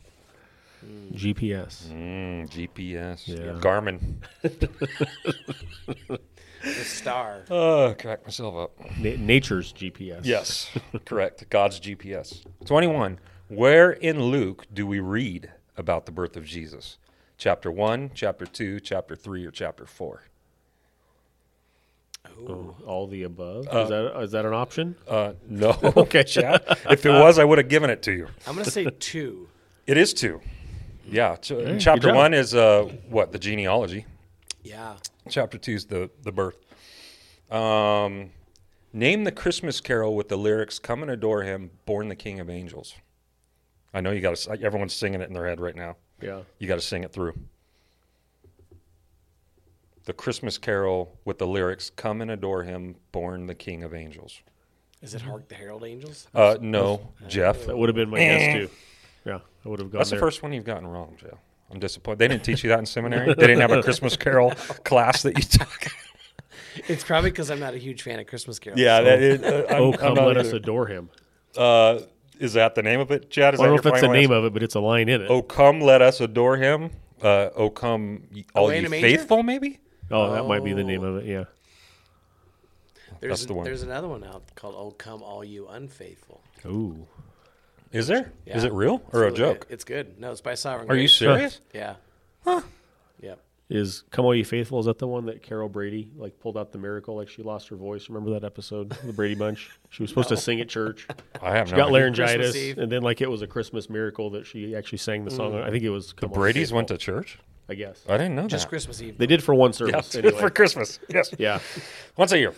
B: GPS.
C: Mm, GPS.
B: Yeah.
C: Garmin.
D: The star.
C: Uh, crack myself up.
B: Na- nature's GPS.
C: Yes, correct. God's GPS. 21. Where in Luke do we read about the birth of Jesus? Chapter 1, chapter 2, chapter 3, or chapter 4?
B: Oh, all the above. is that is that an option?
C: Uh, no.
B: Okay.
C: Chad. If it was, I would have given it to you.
D: I'm gonna say two.
C: It is 2. Yeah. ch-
B: good
C: chapter
B: job.
C: 1 is uh, what? The genealogy.
D: Yeah.
C: Chapter 2 is the, the birth. Um, name the Christmas carol with the lyrics Come and adore him, born the King of Angels. I know you got to, everyone's singing it in their head right now.
B: Yeah.
C: You got to sing it through. The Christmas Carol with the lyrics "Come and adore Him, born the King of Angels."
D: Is it
C: Mm-hmm.
D: Hark the Herald Angels?
C: Uh, no, Jeff,
B: That would have been my guess too. Yeah, I would have gone
C: that's the
B: there.
C: first one you've gotten wrong, Jeff. I'm disappointed. They didn't teach you that in seminary. They didn't have a Christmas Carol class that you took.
D: It's probably because I'm not a huge fan of Christmas carols.
C: Yeah, that is. Uh, I'm-
B: oh,
C: I'm
B: come
C: not
B: let us
C: either.
B: adore him.
C: Uh, is that the name of it, Chad? Is
B: I don't know
C: that
B: if that's the
C: final
B: name
C: answer?
B: of it, but it's a line in it.
C: "Oh come, let us adore Him." Uh, "Oh come, ye- all
D: Away in
C: ye
D: a manger?
C: faithful," maybe.
B: Oh, that might be the name of it. Yeah.
D: There's,
C: That's the one.
D: There's another one out called "Oh Come All You Unfaithful."
C: Oh.
B: Ooh.
C: Is there? Is
D: Yeah.
C: it real
D: It's
C: or a
D: really good.
C: joke?
D: It's good. No, it's by Sovereign.
C: Are you
D: Grace.
C: serious?
D: Yeah. Yep.
B: Is "Come All Ye Faithful"? Is that the one that Carol Brady like pulled out the miracle? Like she lost her voice. Remember that episode, the Brady Bunch? She was supposed to sing at church.
C: I have
B: She
C: no
B: got
C: idea.
B: laryngitis,
D: Eve.
B: and then like it was a Christmas miracle that she actually sang the song. I think it was "Come All Ye
C: Mm. Brady's
B: Faithful."
C: went to church.
B: I guess.
C: I didn't know
D: Just
C: that.
D: Christmas Eve.
B: They did for one
C: Yeah,
B: service anyway.
C: for Christmas. Yes.
B: yeah.
C: Once a year.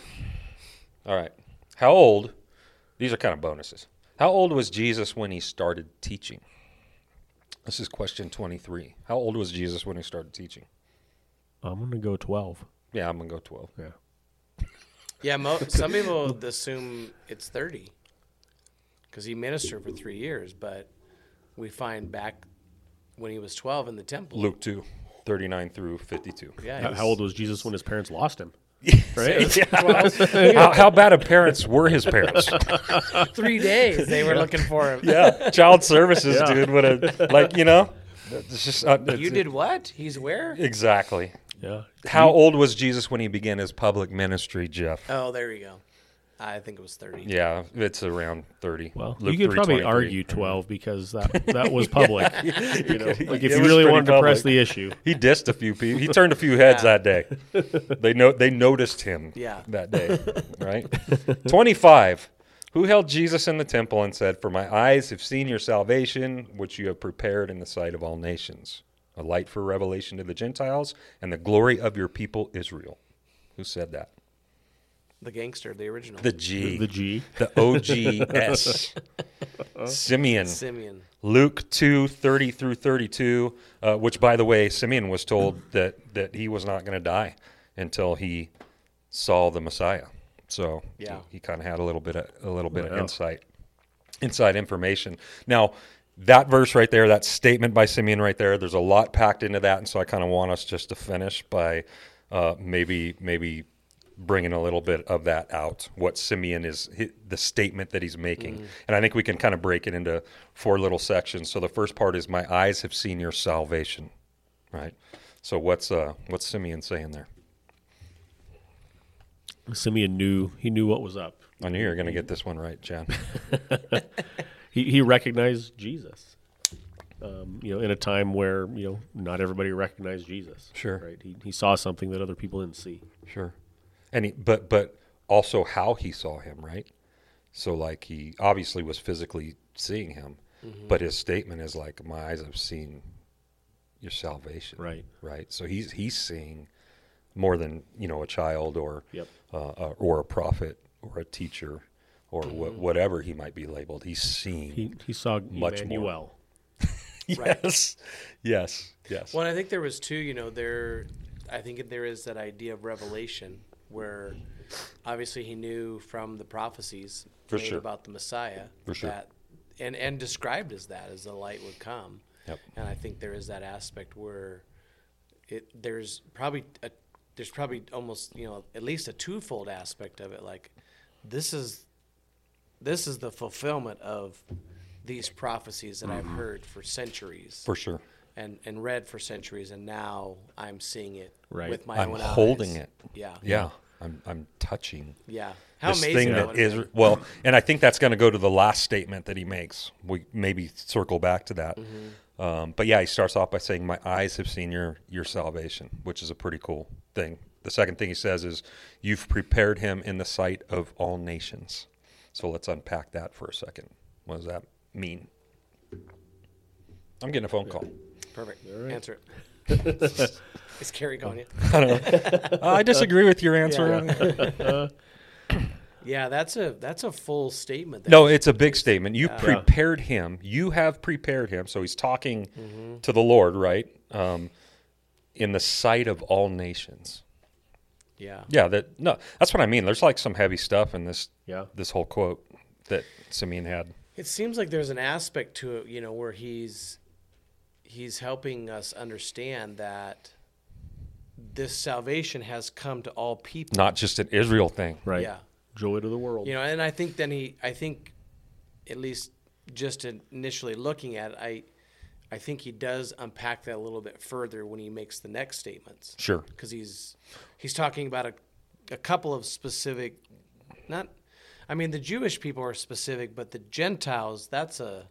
C: All right. How old? These are kind of bonuses. How old was Jesus when he started teaching? This is question 23. How old was Jesus when he started teaching?
B: I'm gonna go twelve.
C: Yeah, I'm going to go 12.
B: Yeah.
D: Yeah, mo- some people would assume it's 30 because he ministered for three years, but we find back when he was 12 in the temple.
C: Luke 2, 39 through 52.
D: Yeah,
B: How-
D: he's-
B: How old was Jesus when his parents lost him?
C: Right? how, how bad of parents were his parents?
D: Three days they were looking for him.
C: yeah. Child services,
B: Yeah.
C: dude, would have, like, you know, it's just. Uh,
D: You
C: it's-
D: did what? He's where?
C: Exactly.
B: Yeah.
C: How old was Jesus when he began his public ministry, Jeff?
D: Oh, there you go. I think it was 30.
C: Yeah, it's around 30.
B: Well,
C: Luke
B: you could probably
C: 3:23.
B: argue twelve because that that was public. you know, like if
C: It
B: you
C: was
B: really
C: pretty
B: wanted to press
C: public.
B: the issue,
C: He dissed a few people. He turned a few heads
D: Yeah.
C: that day. They know they noticed him
D: Yeah.
C: that day, right? 25. Who held Jesus in the temple and said, "For my eyes have seen your salvation, which you have prepared in the sight of all nations, a light for revelation to the Gentiles and the glory of your people Israel." Who said that?
D: The gangster, the original.
C: The G.
B: the G.
C: The OGS. Simeon.
D: Simeon.
C: Luke 2 30 through 32, uh, which, by the way, Simeon was told that, that he was not going to die until he saw the Messiah. So
D: Yeah.
C: he, kind of had a little bit of, a little bit of
B: Wow.
C: insight, inside information. Now, that verse right there, that statement by Simeon right there, there's a lot packed into that, and so I kind of want us just to finish by uh, maybe maybe bringing a little bit of that out. What Simeon is hi- the statement that he's making, and I think we can kind of break it into four little sections. So the first part is, "My eyes have seen your salvation," right? So what's uh, what's Simeon saying there?
B: Simeon knew he knew what was up.
C: I knew you were going to get this one right, John.
B: He he recognized Jesus. Um, you know, in a time where you know not everybody recognized Jesus.
C: Sure.
B: Right. He he saw something that other people didn't see.
C: Sure. And he, but but also how he saw him, right? So like he obviously was physically seeing him,
D: Mm-hmm.
C: but his statement is like, "My eyes have seen your salvation."
B: Right.
C: Right. So he's he's seeing more than you know a child or
B: Yep.
C: uh, uh, or a prophet or a teacher or wha-
D: Mm-hmm.
C: whatever he might be labeled. He's seeing.
B: He he saw
C: Much more.
B: Emmanuel.
C: yes. Yes. Yes.
D: Well, and I think there was two. You know, there. I think there is that idea of revelation, where obviously he knew from the prophecies
C: For
D: made
C: sure.
D: about the Messiah
C: For sure.
D: that, and and described as that as the light would come.
C: Yep.
D: And I think there is that aspect where it there's probably a there's probably almost you know at least a twofold aspect of it like this is this is the fulfillment of these prophecies that I've heard for centuries
C: Mm-hmm. For sure.
D: and and read for centuries, and now I'm seeing it
B: Right.
D: with my
C: I'm
D: own
C: holding
D: eyes.
C: it.
D: Yeah,
C: Yeah. I'm I'm touching.
D: yeah. How
C: this
D: amazing
C: thing
D: that
C: that
D: would
C: is
D: have been.
C: well, and I think that's going to go to the last statement that he makes. We maybe circle back to that,
D: Mm-hmm.
C: um, but yeah, he starts off by saying, "My eyes have seen your your salvation," which is a pretty cool thing. The second thing he says is, "You've prepared him in the sight of all nations." So let's unpack that for a second. What does that mean? I'm getting a phone call.
D: perfect. Answer it. is Carrie calling you?
C: Uh, I disagree with your answer.
D: Yeah, that's a that's a full statement. There.
C: No, it's a big statement. You prepared him. You have prepared him. So he's talking
B: Mm-hmm.
C: to the Lord, right? Um, in the sight of all nations.
D: Yeah.
C: Yeah, that no, that's what I mean. There's like some heavy stuff in this.
B: Yeah.
C: this whole quote that Simeon had.
D: It seems like there's an aspect to it, you know, where he's he's helping us understand that this salvation has come to all people.
C: Not just an Israel thing.
B: Right.
D: Yeah.
B: Joy to the world.
D: You know, and I think then he, I think, at least just initially looking at it, I, I think he does unpack that a little bit further when he makes the next statements.
C: Sure.
D: Because he's he's talking about a, a couple of specific, not, I mean, the Jewish people are specific, but the Gentiles, that's a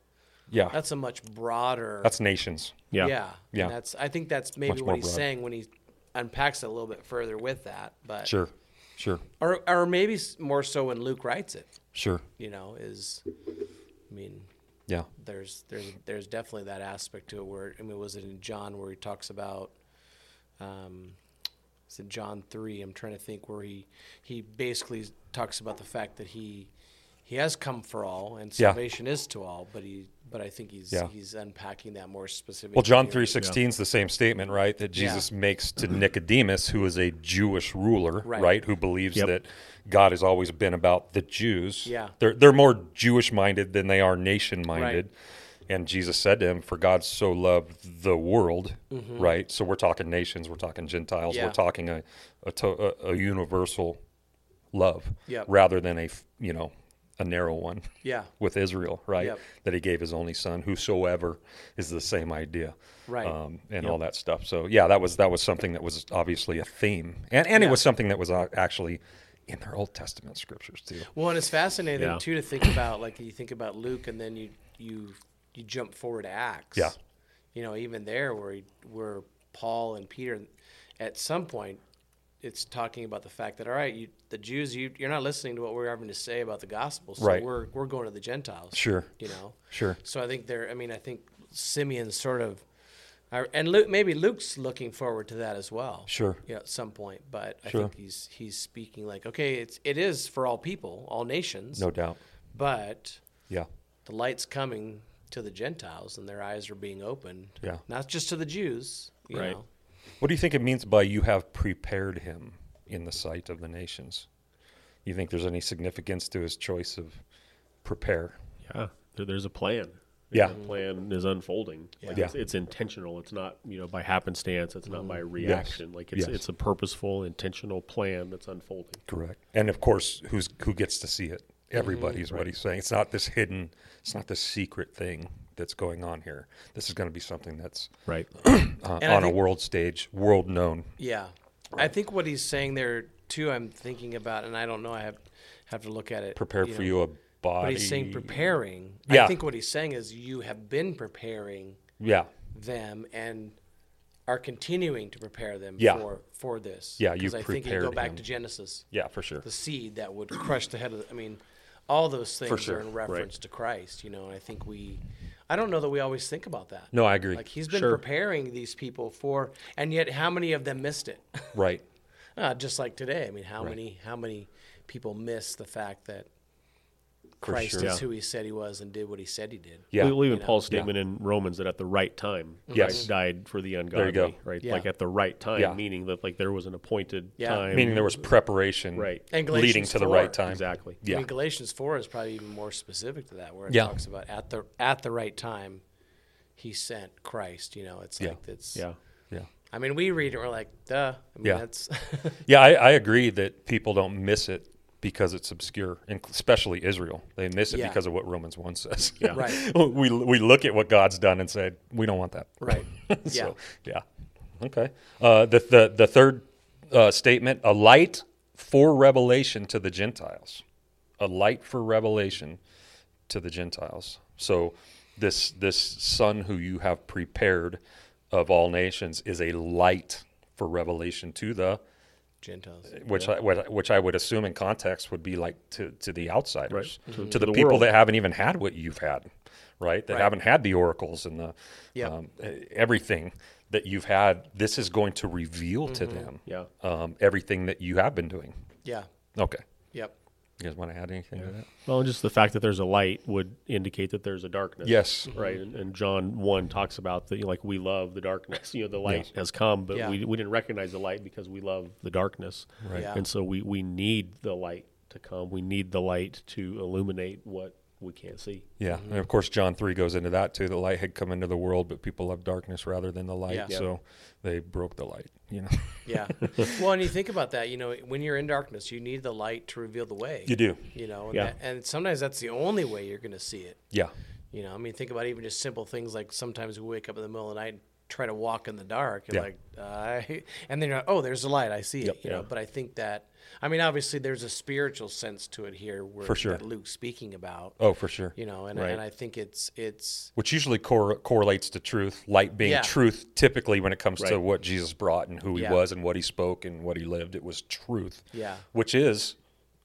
C: Yeah, that's,
D: that's a much broader.
C: nations.
B: Yeah.
D: yeah.
C: Yeah.
D: And that's I think that's maybe
C: Much more
D: what he's
C: broad.
D: saying when he unpacks it a little bit further with that, but
C: Sure, sure,
D: or or maybe s- more so when Luke writes it
C: sure.
D: you know is i mean
C: Yeah,
D: there's there's there's definitely that aspect to it where i mean was it in john where he talks about um um, is it John three? I'm trying to think where he he basically talks about the fact that he he has come for all and
C: Yeah.
D: salvation is to all, but he but I think he's
C: Yeah.
D: he's unpacking that more specifically.
C: Well, John
D: here.
C: three sixteen is the same statement, right? That Jesus makes to Nicodemus, who is a Jewish ruler,
D: Right.
C: right? who believes
B: Yep.
C: that God has always been about the Jews.
D: Yeah.
C: they're they're more Jewish minded than they are nation minded. And Jesus said to him, "For God so loved the world, right? So we're talking nations, we're talking Gentiles,
D: Mm-hmm. Yeah.
C: we're talking a a, to, a, a universal love,
D: Yep.
C: rather than a f- you know a narrow one."
D: Yeah.
C: with Israel, right?
D: Yep.
C: That he gave his only son, whosoever is the same idea,
D: Right.
C: Um, and all that stuff. So yeah, that was that was something that was obviously a theme, and and
D: Yeah.
C: it was something that was uh, actually in their Old Testament scriptures too.
D: Well, and it's fascinating
B: Yeah.
D: too to think about. Like you think about Luke, and then you you you jump forward to Acts.
C: Yeah.
D: You know, even there where he, where Paul and Peter, at some point, it's talking about the fact that all right, you the Jews, you you're not listening to what we're having to say about the gospel, so
C: Right.
D: we're we're going to the Gentiles.
C: Sure.
D: You know.
C: Sure.
D: So I think there. I mean, I think Simeon sort of. I- And Luke, maybe Luke's looking forward to that as well.
C: Sure.
D: Yeah, at some point, but I
C: Sure.
D: think he's he's speaking like, okay, it's it is for all people, all nations.
C: No doubt.
D: But
C: Yeah.
D: the light's coming to the Gentiles, and their eyes are being opened.
C: Yeah.
D: Not just to the Jews. You
B: Right.
D: Know?
C: What do you think it means by you have prepared him in the sight of the nations? You think there's any significance to his choice of prepare?
B: Yeah, there, there's a plan.
C: Yeah.
B: the plan is unfolding. Like
C: Yeah.
B: it's, it's intentional. It's not you know by happenstance. It's not by reaction. Like it's
C: Yes.
B: it's a purposeful, intentional plan that's unfolding.
C: Correct. And of course, who's who gets to see it?
D: Mm-hmm.
C: Everybody is what he's saying. It's not this hidden. It's not this secret thing that's going on here. This is going to be something that's
B: Right.
C: uh,
D: And I
C: on
D: think-
C: a world stage, world known.
D: Yeah. I think what he's saying there too. I'm thinking about, and I don't know. I have have to look at it.
C: Prepare for
D: know.
C: you a body.
D: But he's saying preparing. I
C: Yeah.
D: think what he's saying is you have been preparing
C: Yeah,
D: them and are continuing to prepare them
C: Yeah.
D: for for this.
C: Yeah, you
D: 'Cause I think you go
C: prepared
D: back
C: him.
D: to Genesis,
C: yeah, for sure.
D: the seed that would crush the head of. The, I mean, all those things
C: sure,
D: are in reference to Christ. You know, and I think we, I don't know that we always think about that.
C: No, I agree.
D: Like he's been
B: Sure.
D: preparing these people for, and yet how many of them missed it?
C: right.
D: Uh, just like today, I mean, how many how many people miss the fact that
C: For
D: Christ
C: sure.
D: is
B: Yeah.
D: who He said He was and did what He said He did.
C: Yeah.
B: Well, even Paul's statement in Romans that at the right time
C: Yes.
B: Christ died for the ungodly.
C: you go.
B: Right.
D: Yeah.
B: Like at the right time,
C: Yeah.
B: meaning that like there was an appointed
D: Yeah.
B: time.
C: Meaning there was preparation,
B: Right.
D: And
C: leading
D: Galatians
C: to the
D: 4.
C: right time.
B: exactly.
D: I
C: Yeah.
D: mean, Galatians four is probably even more specific to that, where it
C: Yeah.
D: talks about at the at the right time, he sent Christ. You know, it's
C: Yeah.
D: like it's.
B: Yeah.
C: Yeah.
D: I mean, we read it, we're like, duh. I mean,
C: Yeah.
D: that's
C: Yeah, I, I agree that people don't miss it because it's obscure, and especially Israel. They miss it
D: Yeah.
C: because of what Romans one says.
D: Right.
C: we we look at what God's done and said we don't want that.
D: right. Yeah.
C: so, yeah. Okay. Uh, the, the the third uh, statement: a light for revelation to the Gentiles. A light for revelation to the Gentiles. So this this son who you have prepared of all nations is a light for revelation to the
D: Gentiles.
C: which I what, which I would assume in context would be like to to the outsiders,
B: Right.
C: to,
B: Mhm.
C: to the,
B: the
C: people
B: world.
C: that haven't even had what you've had, right? That
D: Right.
C: haven't had the oracles and the
D: Yep.
C: um, e- everything that you've had. This is going to reveal to them
B: Yeah.
C: um, everything that you have been doing.
D: Yeah.
C: Okay,
D: Yep.
C: you guys want to add anything to that?
B: Well, and just the fact that there's a light would indicate that there's a darkness.
C: Yes.
D: Mm-hmm.
B: Right. And, and John 1 talks about that, you know, like, we love the darkness. You know, the light
C: Yes.
B: has come, but
D: Yeah.
B: we, we didn't recognize the light because we love the darkness.
C: Right.
D: Yeah.
B: And so we, we need the light to come. We need the light to illuminate what we can't see.
C: Yeah, and of course John three goes into that too. The light had come into the world, but people loved darkness rather than the light,
D: Yeah. Yeah.
C: so they broke the light. You know,
D: Yeah. well, and you think about that, you know, when you're in darkness, you need the light to reveal the way.
C: you do.
D: You know, and,
B: Yeah.
D: that, and sometimes that's the only way you're going to see it.
C: Yeah,
D: You know, I mean, think about even just simple things like sometimes we wake up in the middle of the night and try to walk in the dark. You're
C: Yeah.
D: like, I, and then you're like, oh, there's a light. I see it. You know,
B: yeah.
D: but I think that, I mean, obviously there's a spiritual sense to it here where
C: For sure.
D: that Luke's speaking about,
C: oh for sure.
D: you know, and,
B: Right.
D: and I think it's, it's,
C: which usually cor- correlates to truth, light being
D: Yeah.
C: truth typically when it comes to
B: Right.
C: what Jesus brought and who he
D: Yeah.
C: was and what he spoke and what he lived. It was truth,
D: Yeah.
C: which is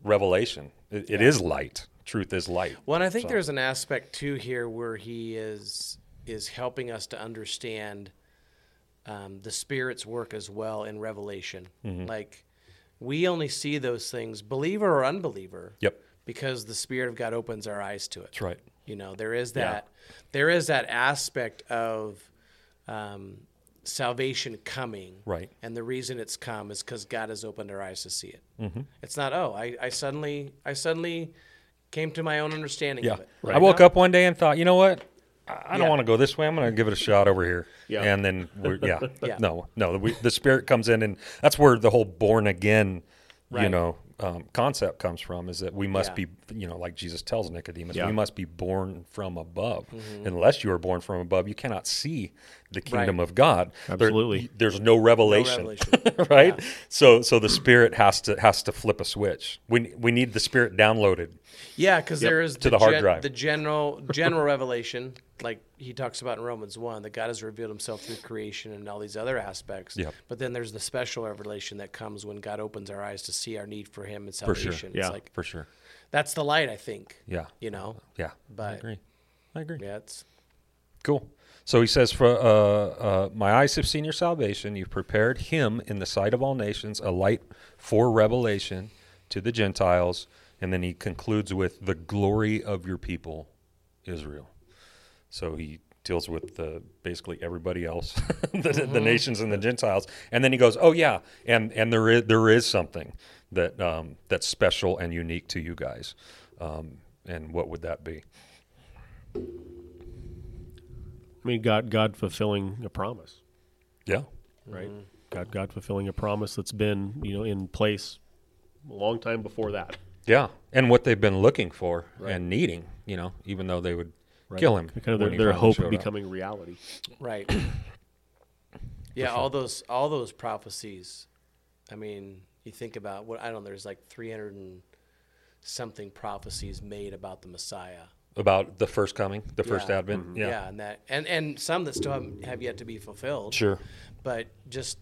C: revelation. It, it is light. Truth is light.
D: well, and I think there's an aspect too here where he is, is helping us to understand um, the Spirit's work as well in Revelation.
C: Mm-hmm.
D: Like, we only see those things, believer or unbeliever,
C: Yep.
D: because the Spirit of God opens our eyes to it.
C: That's right.
D: You know, there is that there is that aspect of um, salvation coming,
C: Right.
D: And the reason it's come is because God has opened our eyes to see it.
C: Mm-hmm.
D: It's not oh, I, I suddenly I suddenly came to my own understanding
C: Yeah.
D: of it.
B: Right.
C: I woke up one day and thought, you know what? I I don't
D: Yeah.
C: want to go this way. I'm going to give it a shot over here.
B: Yeah.
C: And then, we're, yeah.
D: Yeah.
C: No, no. We, the Spirit comes in, and that's where the whole born again, you
D: Right.
C: know, um, concept comes from is that we must
D: Yeah.
C: be, you know, like Jesus tells Nicodemus,
B: Yeah.
C: we must be born from above. Unless you are born from above, you cannot see the kingdom of God. There-
B: Absolutely.
C: there's no revelation,
D: revelation.
C: right? So, so the Spirit has to has to flip a switch. We we need the Spirit downloaded.
D: Yeah, because there is
C: To the hard drive.
D: the general general revelation, like he talks about in Romans one, that God has revealed Himself through creation and all these other aspects.
C: Yep.
D: But then there's the special revelation that comes when God opens our eyes to see our need for Him and salvation.
B: Yeah.
D: It's like
C: For sure.
D: that's the light, I think.
C: Yeah.
D: You know.
C: Yeah. I
D: But-
C: agree. I agree.
D: Yeah, it's
C: Cool. So he says, "For uh, uh, my eyes have seen your salvation. You've prepared him in the sight of all nations, a light for revelation to the Gentiles." And then he concludes with the glory of your people, Israel. So he deals with the, basically everybody else, the, the
D: Mm-hmm.
C: nations and the Gentiles, and then he goes, "Oh yeah, and and there is there is something that um, that's special and unique to you guys, um, and what would that be?"
B: I mean, God, God fulfilling a promise,
C: Yeah,
B: right?
D: Mm-hmm.
B: God, God fulfilling a promise that's been, you know, in place a long time before that.
C: Yeah, and what they've been looking for and needing, you know, even though they would kill him.
B: Kind of
C: when
B: their,
C: he
B: their
C: finally
B: hope
C: showed up.
B: becoming reality.
D: Right. yeah, all those all those prophecies. I mean, you think about what I don't know, there's like 300 and something prophecies made about the Messiah.
C: about the first coming, the first
D: Yeah.
C: advent. Yeah.
D: and that and and some that still haven't, have yet to be fulfilled.
C: Sure.
D: But just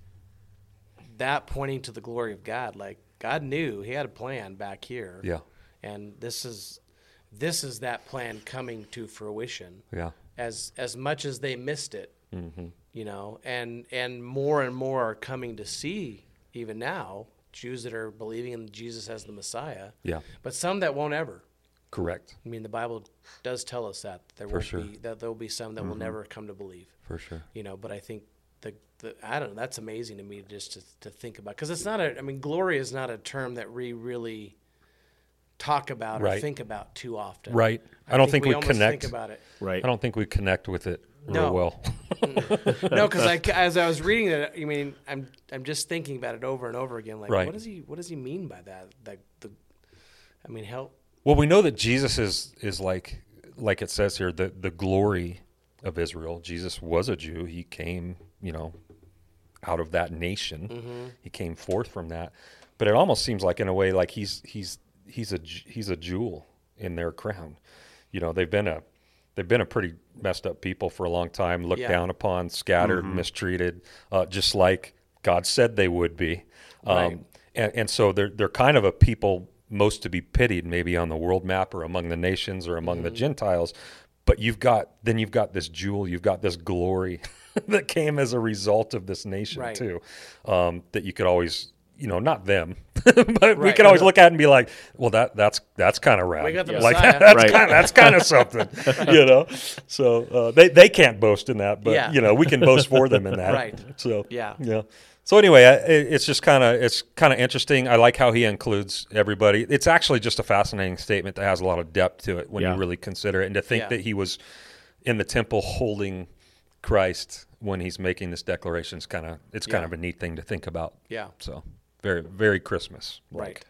D: that pointing to the glory of God, like God knew He had a plan back here.
C: Yeah.
D: And this is this is that plan coming to fruition
C: yeah,
D: as as much as they missed it
C: Mm-hmm.
D: you know and and more and more are coming to see even now jews that are believing in jesus as the messiah
C: Yeah.
D: but some that won't ever
C: correct
D: i mean the bible does tell us that there will
C: sure. Mm-hmm.
D: be that there'll be some that will never come to believe
C: for sure.
D: you know but i think the, the i don't know that's amazing to me just to, to think about because it's not a i mean glory is not a term that we really talk about or
C: Right.
D: think about too often
C: Right. I don't think we
D: almost
C: connect.
D: think about it
B: Right.
C: I don't think we connect with it real
D: No.
C: well.
D: no, because I, as I was reading it, I mean, I'm I'm just thinking about it over and over again. Like,
C: Right.
D: what does he what does he mean by that? Like the, I mean, help.
C: well, we know that Jesus is is like like it says here the the glory of Israel. Jesus was a Jew. He came, you know, out of that nation. He came forth from that. But it almost seems like in a way like he's he's he's a j- he's a jewel in their crown. You know, they've been a they've been a pretty messed up people for a long time, looked
D: Yeah.
C: down upon, scattered,
D: Mm-hmm.
C: mistreated, uh, just like God said they would be. Um,
D: Right.
C: and, and so they're they're kind of a people most to be pitied maybe on the world map or among the nations or among
D: Mm-hmm.
C: the Gentiles. But you've got then you've got this jewel, you've got this glory that came as a result of this nation
D: Right.
C: too. Um, that you could always you know, not them, but we
D: Right.
C: could always look at it and be like, "Well, that that's that's kind of rad.
D: got the
C: like
D: Messiah.
C: that's
B: Right.
C: kind of that's kind of something, you know." So uh, they they can't boast in that, but
D: Yeah.
C: you know we can boast for them in that.
D: Right.
C: So
D: Yeah.
C: yeah. So anyway, I, it- it's just kind of it's kind of interesting. I like how he includes everybody. It's actually just a fascinating statement that has a lot of depth to it when
B: Yeah.
C: you really consider it, and to think
D: Yeah.
C: that he was in the temple holding Christ when he's making this declaration is kind of it's kind
D: Yeah.
C: of a neat thing to think about.
D: Yeah.
C: So very very Christmas.
D: Right.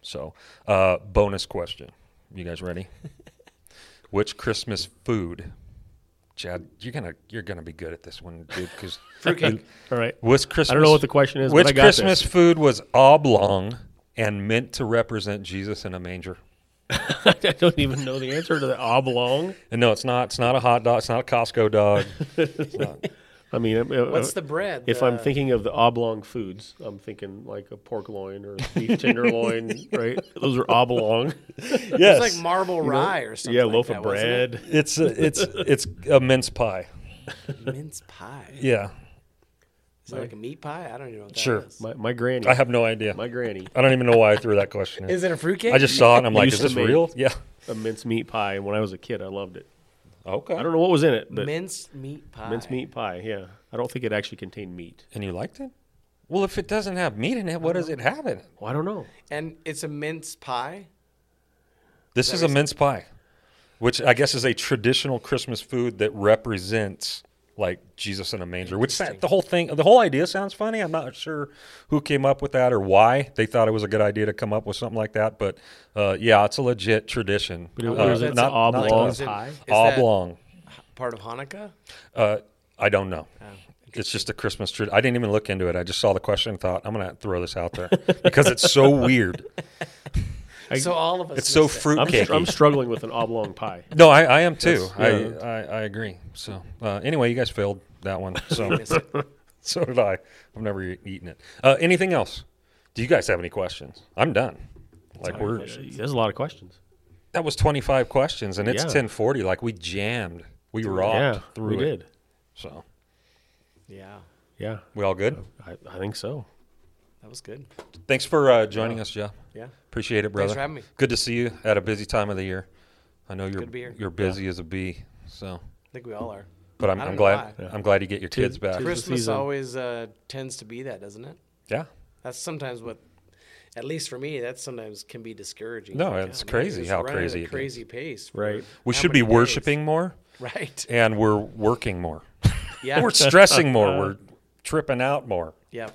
C: So uh, bonus question. You guys ready? Which Christmas food? Chad, you're gonna you're gonna be good at this one, dude. Because
D: Fruitcake.
B: All right.
C: Which Christmas?
B: I don't know what the question is, but
C: Which
B: I got this.
C: Christmas food was oblong and meant to represent Jesus in a manger?
B: I don't even know the answer to the oblong.
C: And no, it's not. It's not a hot dog. It's not a Costco dog.
B: I mean,
D: What's the bread?
B: Uh, If
D: The-
B: I'm thinking of the oblong foods, I'm thinking like a pork loin or beef tenderloin, right? Those are oblong.
C: yes,
D: it's like marble rye or something.
B: yeah,
D: like
B: loaf
D: that,
B: of
D: wasn't it?
B: bread.
C: it's a, it's it's a mince pie.
D: mince pie.
C: Yeah,
D: Is it like a meat pie? I don't even know what that is.
C: Sure.
B: My, my granny.
C: I have no idea.
B: my granny.
C: I don't even know why I threw that question. in.
D: Is it a fruitcake?
C: I just saw it and I'm like,
B: Used
C: is
B: to
C: this
B: make-
C: real? Yeah.
B: A mince meat pie. And when I was a kid, I loved it.
C: Okay.
B: I don't know what was in it, but
D: minced meat pie.
B: mince meat pie. Yeah. I don't think it actually contained meat.
C: And you liked it? Well, if it doesn't have meat in it, what does it have in it?
B: Well, I don't know.
D: And it's a mince pie.
C: This is a mince pie, which I guess is a traditional Christmas food that represents like Jesus in a manger. Which sa- the whole thing, the whole idea sounds funny. I'm not sure who came up with that or why they thought it was a good idea to come up with something like that. But uh, yeah, it's a legit tradition.
B: But it-
C: Uh,
B: it was an oblong
C: like-
B: pie? Is
D: that-
C: Oblong.
D: Part of Hanukkah.
C: Uh, I don't know. It's just a Christmas tree. I didn't even look into it. I just saw the question and thought, I'm going to throw this out there because it's so weird.
B: I-
D: so all of us.
C: It's so
D: missed it.
B: I'm,
C: fruitcake.
B: I'm struggling with an oblong pie.
C: No, I, I am too. I,
B: That's-
C: I, I agree. So uh, anyway, you guys failed that one. So
D: Missed it.
C: so did I. I've never e- eaten it. Uh, anything else? Do you guys have any questions? I'm done. Like we're
B: There's uh, a lot of questions.
C: that was 25 questions and it's
B: Yeah.
C: 10:40. Like we jammed. We rocked
B: Yeah,
C: through
B: we
C: it.
B: did.
C: So
D: Yeah,
B: Yeah,
C: we all good.
B: I, I think so.
D: that was good.
C: Thanks for uh, joining us, Jeff.
D: Yeah.
C: Appreciate it, brother.
D: for having me.
C: Good to see you at a busy time of the year. I know you're
D: good to be here.
C: you're busy as a bee. So,
D: I think we all are.
C: but I'm,
D: I don't
C: I'm
D: know
C: glad
D: why.
C: I'm glad you get your kids back.
B: Tis the
D: Christmas
B: season.
D: always uh, tends to be that, doesn't it?
C: Yeah.
D: That's sometimes what, at least for me, that sometimes can be discouraging.
C: No,
D: Like, oh,
C: it's
D: man,
C: crazy
D: it's
C: how
D: running at
C: crazy it
D: a
C: gets.
D: crazy pace. for
B: Right.
C: We
D: how
C: should be
D: many days?
C: worshiping more
D: Right.
C: and we're working more.
D: Yeah. Uh-huh.
C: we're stressing more. We're tripping out more.
D: Yeah.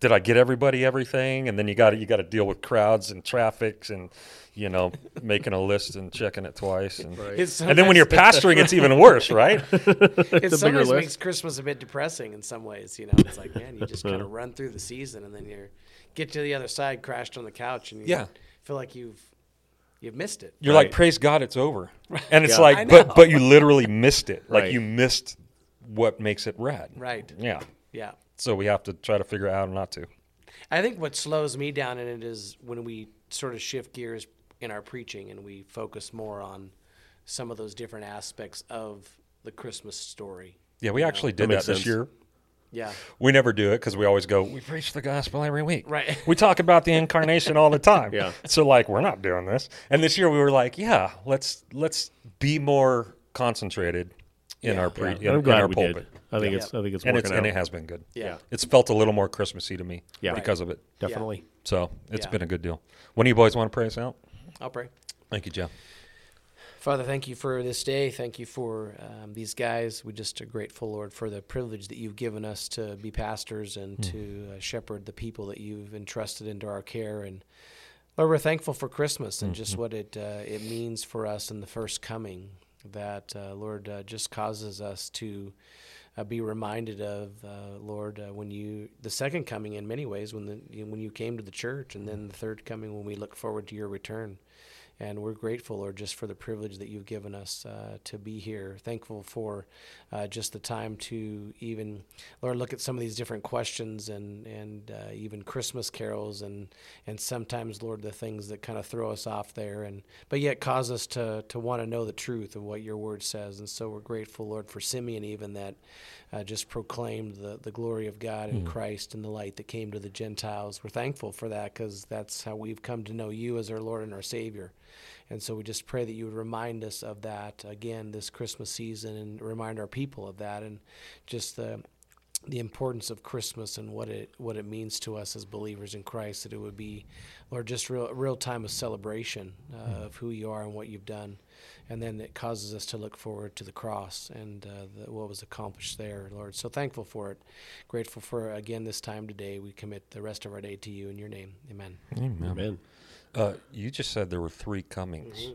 C: Did I get everybody everything? And then you got to you got to deal with crowds and traffics and you know making a list and checking it twice. And,
D: It's
C: and then when you're pastoring, it's even worse, right?
D: It
B: the bigger
D: sometimes
B: list.
D: makes Christmas a bit depressing in some ways. You know, it's like man, you just kind of run through the season, and then you get to the other side, crashed on the couch, and you
C: Yeah.
D: feel like you've you've missed it.
C: You're like, praise God, it's over. And it's
B: Yeah.
D: I
C: like,
D: know.
C: but but you literally missed it. Like
B: Right.
C: you missed what makes it rad.
D: Right.
C: Yeah.
D: Yeah.
C: So we have to try to figure out how not to.
D: I think what slows me down in it is when we sort of shift gears in our preaching and we focus more on some of those different aspects of the Christmas story.
C: Yeah, we actually did that,
B: makes
C: this
B: sense.
C: year.
D: Yeah.
C: We never do it because we always go, we preach the gospel every week.
D: Right.
C: We talk about the incarnation all the time.
B: Yeah.
C: So like we're not doing this. And this year we were like, yeah, let's let's be more concentrated in
D: Yeah.
C: our pre in,
B: I'm
C: in
B: glad
C: our
B: we
C: pulpit.
B: did. I think it's. I think it's
C: And
B: working
C: it's
B: out.
C: and it has been good.
D: Yeah.
C: It's felt a little more Christmassy to me
B: Yeah.
C: because of it.
B: Definitely.
C: So it's
D: Yeah.
C: been a good deal. When do you boys want to pray us out?
D: I'll pray.
C: Thank you, Jeff.
D: Father, thank you for this day. Thank you for um, these guys. We just are grateful, Lord, for the privilege that you've given us to be pastors and to uh, shepherd the people that you've entrusted into our care. And Lord, we're thankful for Christmas and just what it uh, it means for us in the first coming. That uh, Lord uh, just causes us to uh, be reminded of uh, Lord uh, when you the second coming in many ways when the you- when you came to the church and then the third coming when we look forward to your return. And we're grateful, Lord, just for the privilege that you've given us uh, to be here. Thankful for uh, just the time to even, Lord, look at some of these different questions and and uh, even Christmas carols and and sometimes, Lord, the things that kind of throw us off there and but yet cause us to to want to know the truth of what Your Word says. And so we're grateful, Lord, for Simeon even that uh, just proclaimed the the glory of God in Christ and the light that came to the Gentiles. We're thankful for that because that's how we've come to know You as our Lord and our Savior. And so we just pray that you would remind us of that again this Christmas season and remind our people of that and just the the importance of Christmas and what it what it means to us as believers in Christ that it would be Lord just real real time of celebration uh, of who you are and what you've done and then it causes us to look forward to the cross and uh, the, what was accomplished there Lord so thankful for it grateful for again this time today we commit the rest of our day to you in your name amen
B: Amen.
C: Uh, you just said there were three comings.
D: Mm-hmm.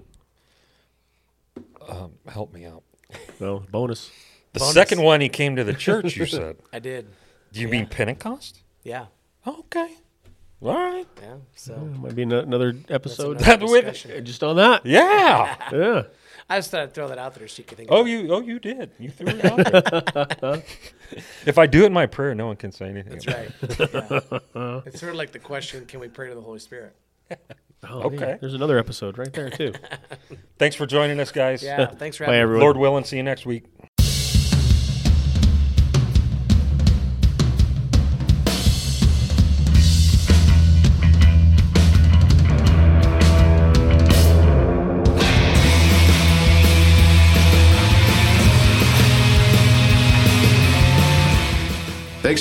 C: Um, help me out.
B: No bonus.
C: The
D: Bonus.
C: second one, he came to the church. You said.
D: I did
C: Do you mean Pentecost?
D: yeah
C: Okay. All right.
D: yeah so
B: Might be ano- another episode
D: another
C: That with-
D: discussion.
B: just on that.
C: Yeah.
B: Yeah.
D: I just thought I'd throw that out there so you could think.
C: oh,
D: about
C: you. Oh, you did. You threw it out there. if I do it in my prayer, no one can say anything.
D: it. That's right. Yeah. it's sort of like the question: Can we pray to the Holy Spirit?
B: Oh, yeah.
C: Okay.
B: There's another episode right there too.
C: Thanks for joining us, guys.
D: Yeah. Thanks for
B: Bye
D: having me.
B: everyone.
C: Lord willing, see you next week.
A: Thanks